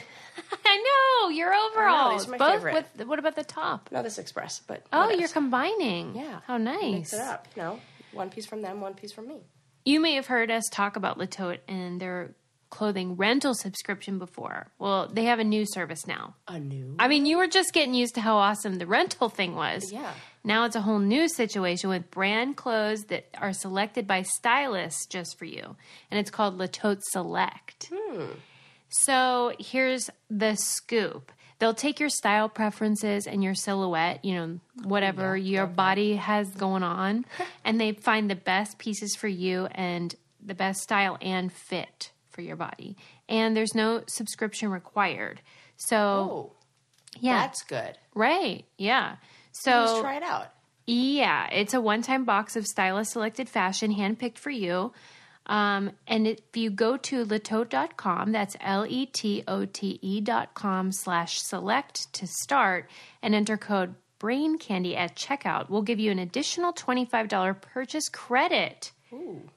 Speaker 1: I know your overalls.
Speaker 2: these are my
Speaker 1: Both
Speaker 2: favorite.
Speaker 1: with what about the top?
Speaker 2: No, this express, but
Speaker 1: Oh,
Speaker 2: whatevs.
Speaker 1: you're combining.
Speaker 2: Yeah.
Speaker 1: How nice.
Speaker 2: mix it up. You know, one piece from them, one piece from me.
Speaker 1: You may have heard us talk about Latote and their clothing rental subscription before. Well, they have a new service now.
Speaker 2: A new.
Speaker 1: I mean, you were just getting used to how awesome the rental thing was.
Speaker 2: Yeah.
Speaker 1: Now it's a whole new situation with brand clothes that are selected by stylists just for you. And it's called Latote Select.
Speaker 2: Hmm.
Speaker 1: So here's the scoop. They'll take your style preferences and your silhouette, you know, whatever your body has going on, and they find the best pieces for you and the best style and fit for your body. And there's no subscription required. So,
Speaker 2: Oh,
Speaker 1: yeah.
Speaker 2: that's good.
Speaker 1: right. Yeah.
Speaker 2: Let's
Speaker 1: So,
Speaker 2: try it out.
Speaker 1: yeah, it's a one time box of stylist selected fashion handpicked for you. Um, and if you go to letote.com, that's L E T O T E.com slash select to start and enter code brain candy at checkout, we'll give you an additional $25 purchase credit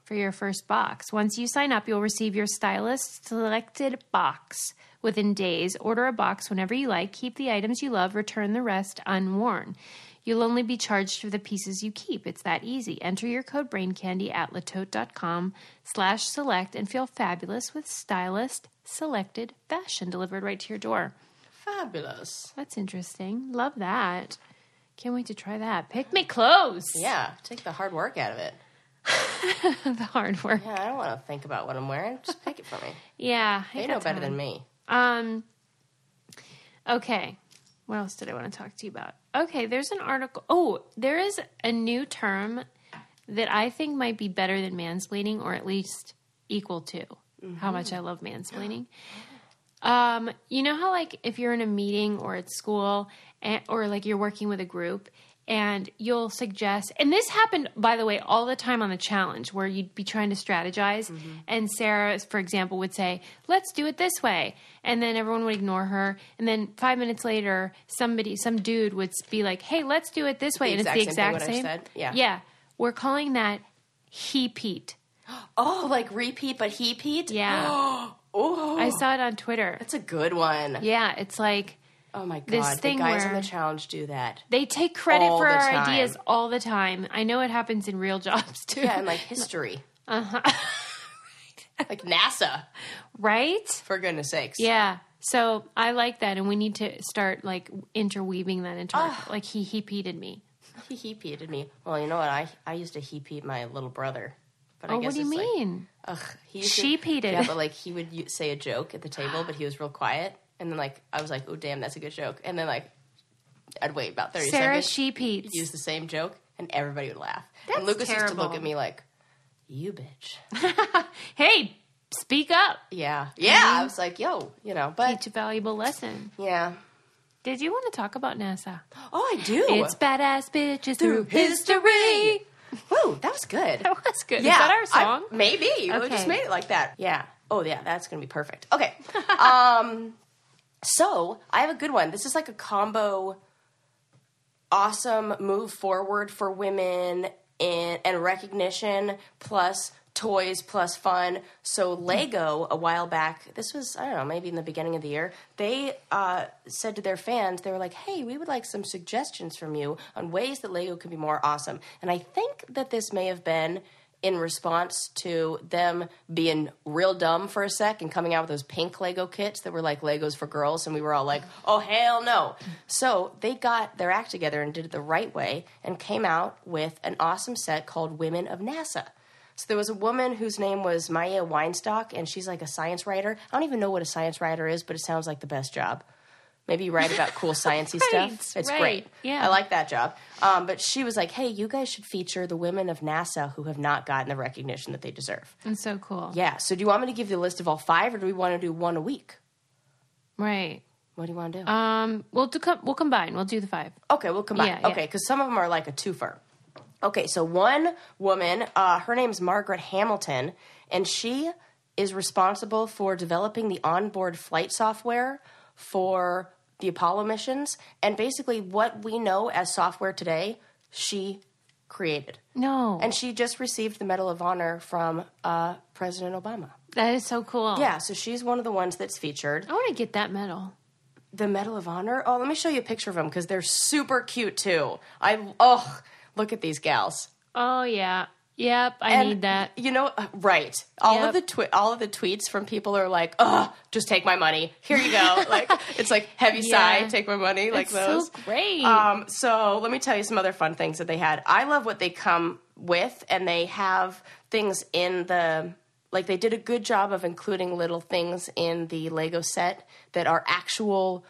Speaker 1: for your first box. Once you sign up, you'll receive your stylist selected box within days. Order a box whenever you like, keep the items you love, return the rest unworn. You'll only be charged for the pieces you keep. It's that easy. Enter your code BrainCandy at latote.com slash select and feel fabulous with stylist selected fashion delivered right to your door.
Speaker 2: Fabulous.
Speaker 1: That's interesting. Love that. Can't wait to try that. Pick me clothes.
Speaker 2: Yeah, take the hard work out of it.
Speaker 1: the hard work.
Speaker 2: Yeah, I don't want to think about what I'm wearing. Just pick it for me.
Speaker 1: Yeah. I
Speaker 2: They
Speaker 1: ain't
Speaker 2: know
Speaker 1: got
Speaker 2: better
Speaker 1: time.
Speaker 2: than me.
Speaker 1: Um. Okay. What else did I want to talk to you about? Okay, there's an article. Oh, there is a new term that I think might be better than mansplaining, or at least equal to how much I love mansplaining. Um, you know how like if you're in a meeting or at school, and, or like you're working with a group, and you'll suggest, and this happened by the way all the time on the challenge where you'd be trying to strategize,
Speaker 2: Mm-hmm.
Speaker 1: and Sarah, for example, would say, "Let's do it this way," and then everyone would ignore her, and then five minutes later, somebody, some dude would be like, "Hey, let's do it this way," and it's the
Speaker 2: exact
Speaker 1: exact
Speaker 2: same thing what I
Speaker 1: same.
Speaker 2: said? Yeah.
Speaker 1: yeah, we're calling that he peat.
Speaker 2: Oh, like repeat, but he peat.
Speaker 1: Yeah,
Speaker 2: Oh,
Speaker 1: I saw it on Twitter.
Speaker 2: that's a good one.
Speaker 1: Yeah, it's like.
Speaker 2: Oh my god,
Speaker 1: This thing
Speaker 2: the guys on
Speaker 1: where-
Speaker 2: the challenge do that.
Speaker 1: They take credit
Speaker 2: All
Speaker 1: for
Speaker 2: the
Speaker 1: our
Speaker 2: time.
Speaker 1: ideas all the time. I know it happens in real jobs too.
Speaker 2: Yeah, and like history. Uh
Speaker 1: Uh-huh.
Speaker 2: huh. like NASA,
Speaker 1: Right?
Speaker 2: for goodness sakes.
Speaker 1: Yeah. So I like that, and we need to start like interweaving that into
Speaker 2: Ah.
Speaker 1: our, like he he peated me.
Speaker 2: He he peated me. Well, you know what? I I used to he peat my little brother. But I
Speaker 1: Oh, what
Speaker 2: guess
Speaker 1: do you
Speaker 2: it's like-
Speaker 1: mean?
Speaker 2: ugh, he used
Speaker 1: She
Speaker 2: to,
Speaker 1: peated.
Speaker 2: Yeah, but like he would u- say a joke at the table, but he was real quiet. And then like I was like, oh damn, that's a good joke. And then like I'd wait about thirty
Speaker 1: Sarah
Speaker 2: seconds.
Speaker 1: she peats.
Speaker 2: use the same joke, and everybody would laugh.
Speaker 1: That's
Speaker 2: and Lucas used to look
Speaker 1: terrible.
Speaker 2: at me like, "You bitch."
Speaker 1: Hey, speak up.
Speaker 2: Yeah,
Speaker 1: Mm-hmm.
Speaker 2: yeah. I was like, "Yo," you know. But
Speaker 1: Teach a valuable lesson.
Speaker 2: yeah.
Speaker 1: Did you want to talk about NASA?
Speaker 2: Oh, I do.
Speaker 1: It's badass bitches through history.
Speaker 2: history. Woo, that was good.
Speaker 1: That was good.
Speaker 2: Yeah,
Speaker 1: Is that our
Speaker 2: I-
Speaker 1: song?
Speaker 2: maybe we
Speaker 1: Okay.
Speaker 2: just made it like that. Yeah. Oh yeah, that's gonna be perfect. Okay. um, so I have a good one. This is like a combo, awesome move forward for women and and recognition plus toys plus fun. So Lego a while back, this was I don't know maybe in the beginning of the year, they uh, said to their fans they were like, hey, we would like some suggestions from you on ways that Lego could be more awesome. And I think that this may have been in response to them being real dumb for a sec and coming out with those pink Lego kits that were like Legos for girls, and we were all like, oh, hell no. So they got their act together and did it the right way and came out with an awesome set called Women of NASA. So there was a woman whose name was Maya Weinstock, and she's like a science writer. I don't even know what a science writer is, but it sounds like the best job. Maybe you write about cool sciencey stuff.
Speaker 1: Right,
Speaker 2: It's
Speaker 1: right.
Speaker 2: great.
Speaker 1: Yeah.
Speaker 2: I like that job. Um, but she was like, "Hey, you guys should feature the women of NASA who have not gotten the recognition that they deserve."
Speaker 1: That's so cool.
Speaker 2: Yeah. So do you want me to give you a list of all five, or do we want to do one a week?
Speaker 1: Right.
Speaker 2: What do you want to do?
Speaker 1: Um. We'll do. Com- we'll combine. We'll do the five.
Speaker 2: Okay, we'll come
Speaker 1: Yeah,
Speaker 2: back.
Speaker 1: yeah.
Speaker 2: Okay, because some of them are like a twofer. Okay, so one woman, uh, her name's Margaret Hamilton, and she is responsible for developing the onboard flight software for the Apollo missions. And basically, what we know as software today, she created.
Speaker 1: No.
Speaker 2: And she just received the Medal of Honor from uh, President Obama.
Speaker 1: that is so cool.
Speaker 2: Yeah, so she's one of the ones that's featured.
Speaker 1: I want to get that medal.
Speaker 2: The Medal of Honor. Oh, let me show you a picture of them because they're super cute too. I oh, look at these gals.
Speaker 1: Oh, yeah. Yep. I
Speaker 2: And,
Speaker 1: need that.
Speaker 2: You know, uh, right? All
Speaker 1: Yep.
Speaker 2: of the twi- all of the tweets from people are like, "Oh, just take my money. Here you go." like it's like heavy
Speaker 1: Yeah.
Speaker 2: sigh, take my money, like
Speaker 1: It's
Speaker 2: those.
Speaker 1: so great.
Speaker 2: Um, so let me tell you some other fun things that they had. I love what they come with, and they have things in the like they did a good job of including little things in the Lego set that are actual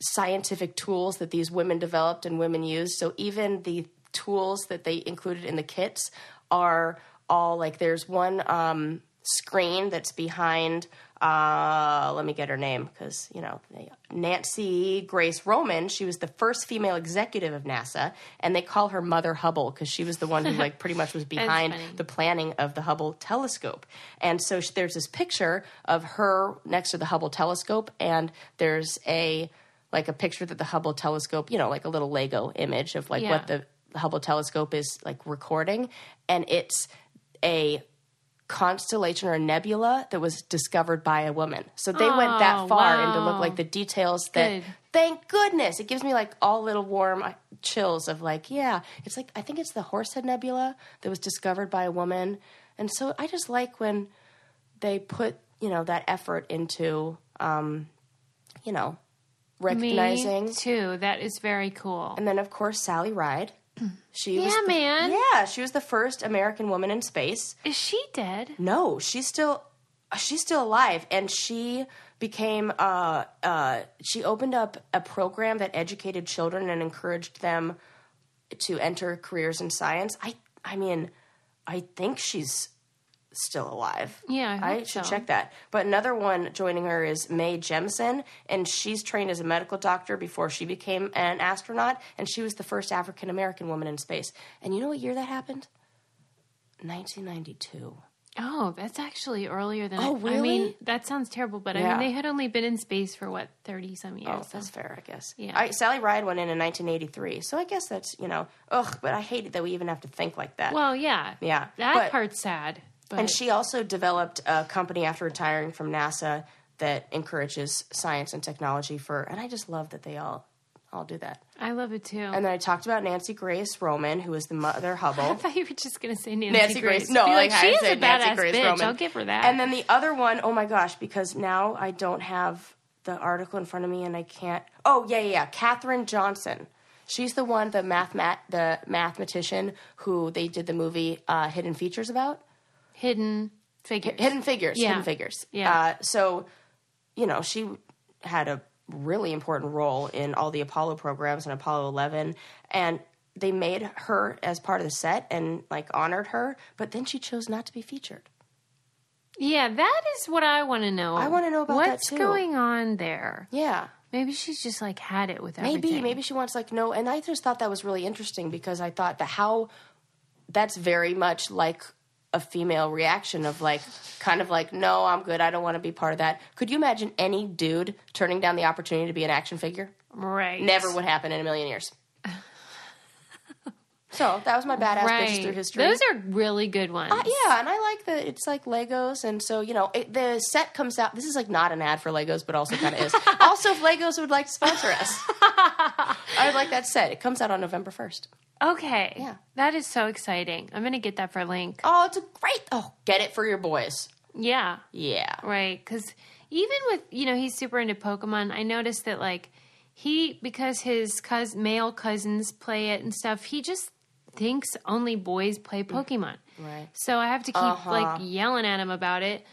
Speaker 2: scientific tools that these women developed and women used. So even the tools that they included in the kits are all like there's one um, screen that's behind. Uh, let me get her name because you know they- Nancy Grace Roman. She was the first female executive of NASA, and they call her Mother Hubble because she was the one who like pretty much was behind
Speaker 1: funny.
Speaker 2: the planning of the Hubble telescope. And so sh- there's this picture of her next to the Hubble telescope, and there's a like a picture that the Hubble telescope, you know, like a little Lego image of like
Speaker 1: Yeah.
Speaker 2: what the Hubble telescope is like recording, and it's a constellation or a nebula that was discovered by a woman. So they went
Speaker 1: Oh,
Speaker 2: that far into
Speaker 1: wow.
Speaker 2: look like the details that
Speaker 1: Good.
Speaker 2: thank goodness it gives me like all little warm uh, chills of like yeah it's like i think it's the horsehead nebula that was discovered by a woman and so i just like when they put you know that effort into um you know recognizing
Speaker 1: Me too. That is very cool.
Speaker 2: and then of course sally ride she was
Speaker 1: Yeah,
Speaker 2: the-
Speaker 1: man.
Speaker 2: yeah she was the first american woman in space
Speaker 1: Is she dead?
Speaker 2: no, she's still uh, she's still alive, and she became uh, uh, she opened up a program that educated children and encouraged them to enter careers in science. I I mean, I think she's still alive.
Speaker 1: Yeah, I
Speaker 2: I,
Speaker 1: hope
Speaker 2: should
Speaker 1: so.
Speaker 2: check that. But another one joining her is Mae Jemison, and she's trained as a medical doctor before she became an astronaut, and she was the first African American woman in space. And you know what year that happened? 1992.
Speaker 1: Oh, that's actually earlier than.
Speaker 2: Oh,
Speaker 1: I, I mean,
Speaker 2: really?
Speaker 1: that sounds terrible, but I
Speaker 2: Yeah.
Speaker 1: mean, they had only been in space for what thirty some years.
Speaker 2: Oh, that's fair, I guess.
Speaker 1: Yeah.
Speaker 2: I, Sally Ride went in in 1983, so I guess that's you know, ugh. But I hate it that we even have to think like that.
Speaker 1: well, yeah,
Speaker 2: Yeah,
Speaker 1: That
Speaker 2: but-
Speaker 1: part's sad. But
Speaker 2: and she also developed a company after retiring from NASA that encourages science and technology for. And I just love that they all all do that.
Speaker 1: I love it too.
Speaker 2: And then I talked about Nancy Grace Roman, who was the mother
Speaker 1: I
Speaker 2: Hubble.
Speaker 1: thought you were just gonna say Nancy,
Speaker 2: Nancy Grace.
Speaker 1: Be
Speaker 2: No,
Speaker 1: like,
Speaker 2: like,
Speaker 1: she
Speaker 2: I
Speaker 1: is a
Speaker 2: said
Speaker 1: badass
Speaker 2: Nancy Grace
Speaker 1: bitch.
Speaker 2: Roman.
Speaker 1: I'll give her that.
Speaker 2: And then the other one, oh my gosh, because now I don't have the article in front of me and I can't. Oh yeah, yeah, yeah. Katherine Johnson. She's the one, the math mat, the mathematician who they did the movie uh, Hidden Features about.
Speaker 1: hidden figures.
Speaker 2: Hidden Figures.
Speaker 1: Yeah.
Speaker 2: Hidden Figures.
Speaker 1: Yeah.
Speaker 2: Uh, so, you know, she had a really important role in all the Apollo programs and Apollo 11. And they made her as part of the set and like honored her, but then she chose not to be featured.
Speaker 1: Yeah, that is what I want to know.
Speaker 2: I wanna know about that,
Speaker 1: what's
Speaker 2: too.
Speaker 1: going on there.
Speaker 2: Yeah.
Speaker 1: Maybe she's just like had it with
Speaker 2: Maybe.
Speaker 1: everything.
Speaker 2: Maybe she wants like no. And I just thought that was really interesting because I thought that how that's very much like a female reaction of like kind of like no i'm good i don't want to be part of that could you imagine any dude turning down the opportunity to be an action figure
Speaker 1: right?
Speaker 2: never would happen in a million years. so that was my badass bitches through history.
Speaker 1: Those are really good ones.
Speaker 2: Uh, yeah, and I like that it's like Legos, and so you know it, the set comes out. This is like not an ad for Legos, but also kind of is. also, if Legos would like to sponsor us, I would like that set. It comes out on November first.
Speaker 1: Okay.
Speaker 2: Yeah.
Speaker 1: That is so exciting. I'm gonna get that for Link.
Speaker 2: Oh, it's a great. Oh, get it for your boys.
Speaker 1: Yeah.
Speaker 2: Yeah,
Speaker 1: Right. Because even with, you know, he's super into Pokemon, I noticed that, like, he, because his cous- male cousins play it and stuff, he just thinks only boys play Pokemon.
Speaker 2: Mm. Right. Uh-huh.
Speaker 1: So I have to keep, like, yelling at him about it.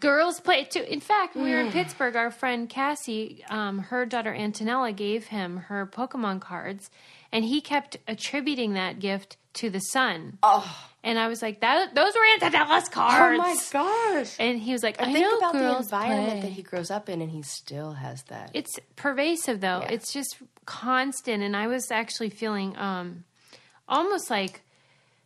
Speaker 1: Girls play it too. In fact, when we were
Speaker 2: Mm.
Speaker 1: in Pittsburgh, our friend Cassie, um, her daughter Antonella gave him her Pokemon cards, and he kept attributing that gift to the sun. Oh. And I was like, that, those were Antonella's cards.
Speaker 2: Oh gosh!
Speaker 1: And he was like, I,
Speaker 2: And think
Speaker 1: know
Speaker 2: about the
Speaker 1: girls
Speaker 2: environment
Speaker 1: play.
Speaker 2: that he grows up in, and he still has that.
Speaker 1: It's pervasive though.
Speaker 2: Yeah.
Speaker 1: It's just constant. And I was actually feeling um, almost like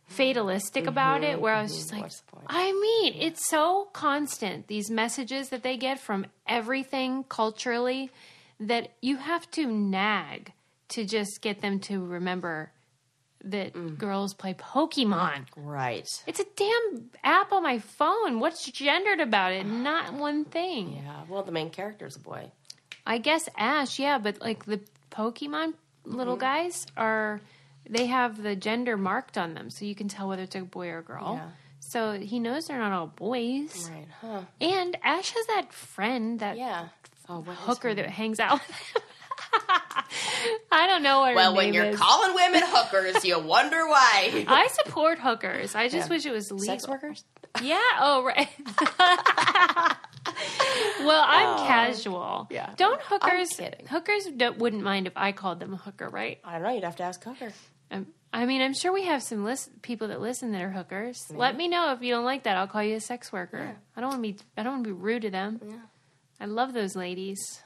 Speaker 1: fatalistic about it where I was just like,
Speaker 2: Mm-hmm, What's the point?
Speaker 1: I mean, it's so constant, these messages that they get from everything culturally that you have to nag to just get them to remember that
Speaker 2: Mm.
Speaker 1: girls play Pokemon.
Speaker 2: Right.
Speaker 1: It's a damn app on my phone. What's gendered about it? Not one thing.
Speaker 2: Yeah. Well, the main character is a boy.
Speaker 1: I guess Ash, yeah, but like the Pokemon little
Speaker 2: Mm-hmm.
Speaker 1: guys are they have the gender marked on them, so you can tell whether it's a boy or a girl.
Speaker 2: Yeah.
Speaker 1: So he knows they're not all boys.
Speaker 2: Right. Huh.
Speaker 1: And Ash has that friend that
Speaker 2: Yeah. Oh, what is
Speaker 1: hooker that hangs out with him. I don't know what her
Speaker 2: Well, when
Speaker 1: name
Speaker 2: you're
Speaker 1: is.
Speaker 2: calling women hookers, you wonder why.
Speaker 1: I support hookers. I just
Speaker 2: Yeah.
Speaker 1: wish it was legal.
Speaker 2: Sex workers?
Speaker 1: Yeah. Oh, right. well, I'm casual.
Speaker 2: Oh. yeah.
Speaker 1: Don't hookers?
Speaker 2: kidding.
Speaker 1: Hookers don't, wouldn't mind if I called them a hooker, right?
Speaker 2: I don't know. You'd have to ask Hooker.
Speaker 1: Um, I mean, I'm sure we have some list- people that listen that are hookers. Let me know if you don't like that. I'll call you a sex worker. I don't want to be. I don't want to be rude to them. I love those ladies.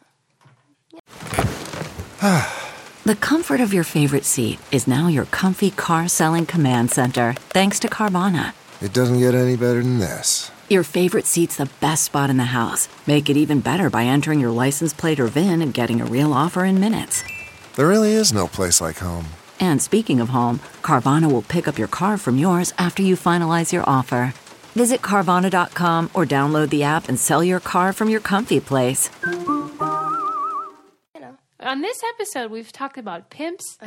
Speaker 4: The comfort of your favorite seat is now your comfy car selling command center, thanks to Carvana.
Speaker 5: It doesn't get any better than this.
Speaker 4: Your favorite seat's the best spot in the house. Make it even better by entering your license plate or VIN and getting a real offer in minutes.
Speaker 5: There really is no place like home.
Speaker 4: And speaking of home, Carvana will pick up your car from yours after you finalize your offer. Visit Carvana.com or download the app and sell your car from your comfy place.
Speaker 2: You know.
Speaker 1: On this episode, we've talked about pimps,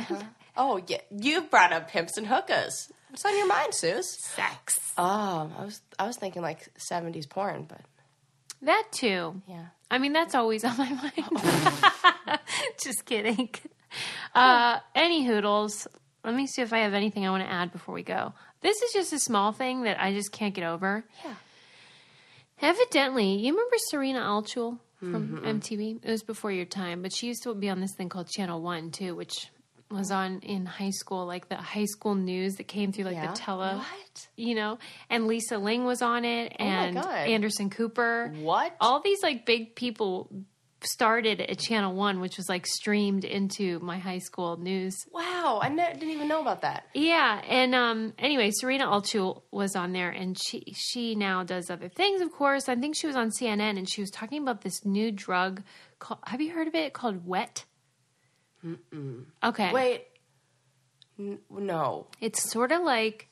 Speaker 2: Oh, yeah. You brought up pimps and hookers. What's on your mind, Suze?
Speaker 1: sex,
Speaker 2: Oh, I was I was thinking like '70s porn, but
Speaker 1: that too.
Speaker 2: yeah.
Speaker 1: I mean, that's always on my mind. Just kidding. Uh, any hoodles. Let me see if I have anything I want to add before we go. This is just a small thing that I just can't get over. Yeah. Evidently, you remember Serena Alchul from
Speaker 2: Mm-hmm.
Speaker 1: MTV? It was before your time, but she used to be on this thing called Channel One too, which was on in high school, like the high school news that came through like
Speaker 2: Yeah?
Speaker 1: the tele.
Speaker 2: What?
Speaker 1: You know, and Lisa Ling was on it, and
Speaker 2: Oh God.
Speaker 1: Anderson Cooper.
Speaker 2: What?
Speaker 1: All these like big people started at Channel One, which was like streamed into my high school news.
Speaker 2: Wow, I ne- didn't even know about that.
Speaker 1: Yeah, and um, anyway, Serena Alchul was on there, and she she now does other things. Of course, I think she was on CNN, and she was talking about this new drug. Called, have you heard of it? Called Wet. Mm-mm. Okay,
Speaker 2: Wait. N- no.
Speaker 1: it's sort of like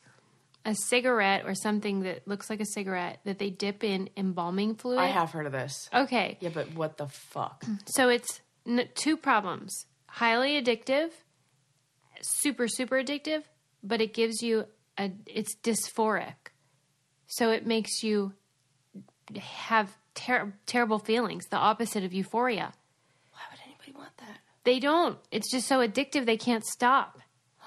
Speaker 1: a cigarette or something that looks like a cigarette that they dip in embalming fluid.
Speaker 2: I have heard of this.
Speaker 1: Okay,
Speaker 2: Yeah, but what the fuck?
Speaker 1: So it's n- two problems highly addictive, super, super addictive, but it gives you a, it's dysphoric. So it makes you have ter- terrible feelings, the opposite of euphoria.
Speaker 2: Why would anybody want that?
Speaker 1: They don't, it's just so addictive, they can't stop.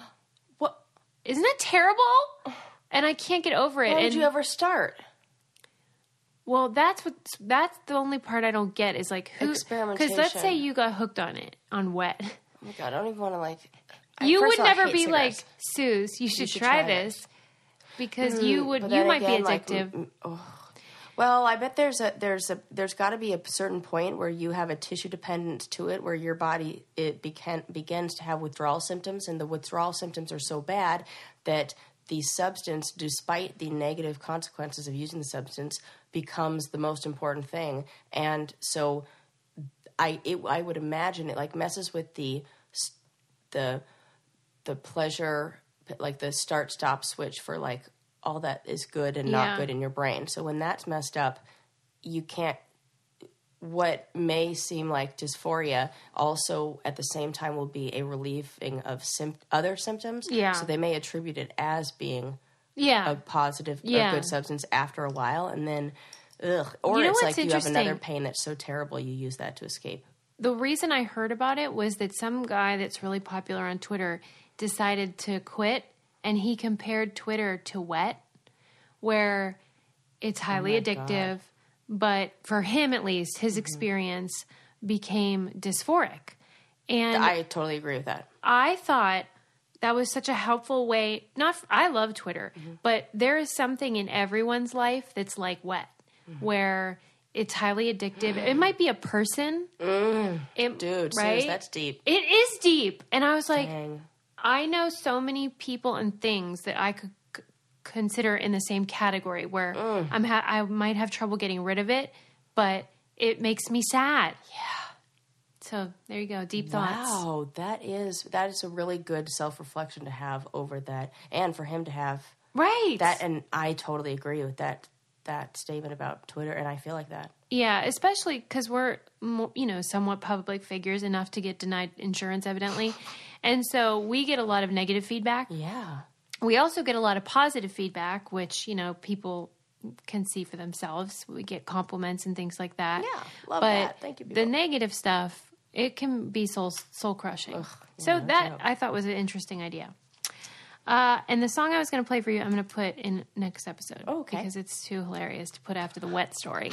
Speaker 2: What?
Speaker 1: Isn't that terrible? And I can't get over it.
Speaker 2: Why
Speaker 1: and
Speaker 2: did you ever start?
Speaker 1: Well, that's what that's the only part I don't get is like who Because let's say
Speaker 2: Experimentation.
Speaker 1: you got hooked on it on wet.
Speaker 2: Oh my god, I don't even want to like. I-
Speaker 1: you
Speaker 2: first
Speaker 1: would
Speaker 2: of all, I
Speaker 1: never
Speaker 2: hate
Speaker 1: be
Speaker 2: cigarettes.
Speaker 1: like, Suze, you should,
Speaker 2: should
Speaker 1: try,
Speaker 2: try Mm,
Speaker 1: this. Because you would,
Speaker 2: but
Speaker 1: you
Speaker 2: then
Speaker 1: might
Speaker 2: again,
Speaker 1: be
Speaker 2: like, mm,
Speaker 1: addictive.
Speaker 2: Well, I bet there's a there's a there's got to be a certain point where you have a tissue dependence to it, where your body it becan, begins to have withdrawal symptoms, and the withdrawal symptoms are so bad that the substance, despite the negative consequences of using the substance, becomes the most important thing, and so I it, I would imagine it like messes with the s- the the pleasure like the start stop switch for like all that is good and
Speaker 1: Yeah.
Speaker 2: not good in your brain. So when that's messed up, you can't what may seem like dysphoria also at the same time will be a relieving of symp- other symptoms.
Speaker 1: Yeah.
Speaker 2: So they may attribute it as being
Speaker 1: yeah.
Speaker 2: a positive
Speaker 1: Yeah.
Speaker 2: a good substance after a while and then ugh or
Speaker 1: You know
Speaker 2: it's
Speaker 1: what's
Speaker 2: like you have another
Speaker 1: interesting?
Speaker 2: pain that's so terrible you use that to escape.
Speaker 1: the reason I heard about it was that some guy that's really popular on Twitter decided to quit and he compared Twitter to wet, where
Speaker 2: Oh
Speaker 1: it's highly addictive, but for him at least,
Speaker 2: Mm-hmm.
Speaker 1: his experience became dysphoric. And
Speaker 2: I totally agree with that.
Speaker 1: I thought that was such a helpful way. Not I love Twitter,
Speaker 2: Mm-hmm.
Speaker 1: but there is something in everyone's life that's like wet,
Speaker 2: Mm-hmm.
Speaker 1: where it's highly addictive. It might be a person, It-
Speaker 2: Mm, Dude, Suze,
Speaker 1: right?
Speaker 2: that's deep.
Speaker 1: It is deep, and I was like, I know so many people and things that I could c- consider in the same category where
Speaker 2: Mm.
Speaker 1: I'm ha- I might have trouble getting rid of it, but it makes me sad. Yeah. So there you go. Deep thoughts.
Speaker 2: Wow, that is that is a really good self reflection to have over that, and for him to have
Speaker 1: Right.
Speaker 2: that. And I totally agree with that that statement about Twitter, and I feel like that.
Speaker 1: Yeah, especially because we're, mo- you know, somewhat public figures enough to get denied insurance, evidently. And so we get a lot of negative feedback.
Speaker 2: Yeah,
Speaker 1: We also get a lot of positive feedback, which, you know, people can see for themselves. We get compliments and things like that.
Speaker 2: Yeah,
Speaker 1: but
Speaker 2: love that. Thank you,
Speaker 1: The
Speaker 2: people.
Speaker 1: negative stuff, it can be soul soul crushing. so that I thought was an interesting idea. Uh, and the song I was going to play for you, I'm going to put in next episode.
Speaker 2: Oh, okay.
Speaker 1: Because it's too hilarious to put after the wet story.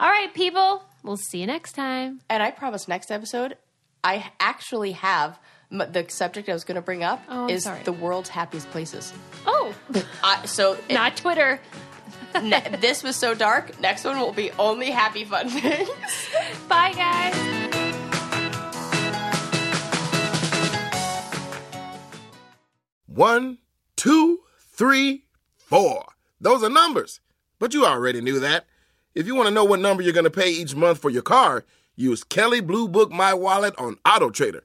Speaker 1: All right, people. We'll see you next time.
Speaker 2: and I promise next episode, I actually have m- the subject I was going to bring up
Speaker 1: Oh, I'm
Speaker 2: is
Speaker 1: sorry.
Speaker 2: the world's happiest places.
Speaker 1: Oh,
Speaker 2: I, so it-
Speaker 1: not Twitter.
Speaker 2: ne- this was so dark. Next one will be only happy fun things.
Speaker 1: Bye, guys.
Speaker 6: One, two, three, four. Those are numbers, but you already knew that. If you want to know what number you're going to pay each month for your car, use Kelly Blue Book My Wallet on Auto Trader.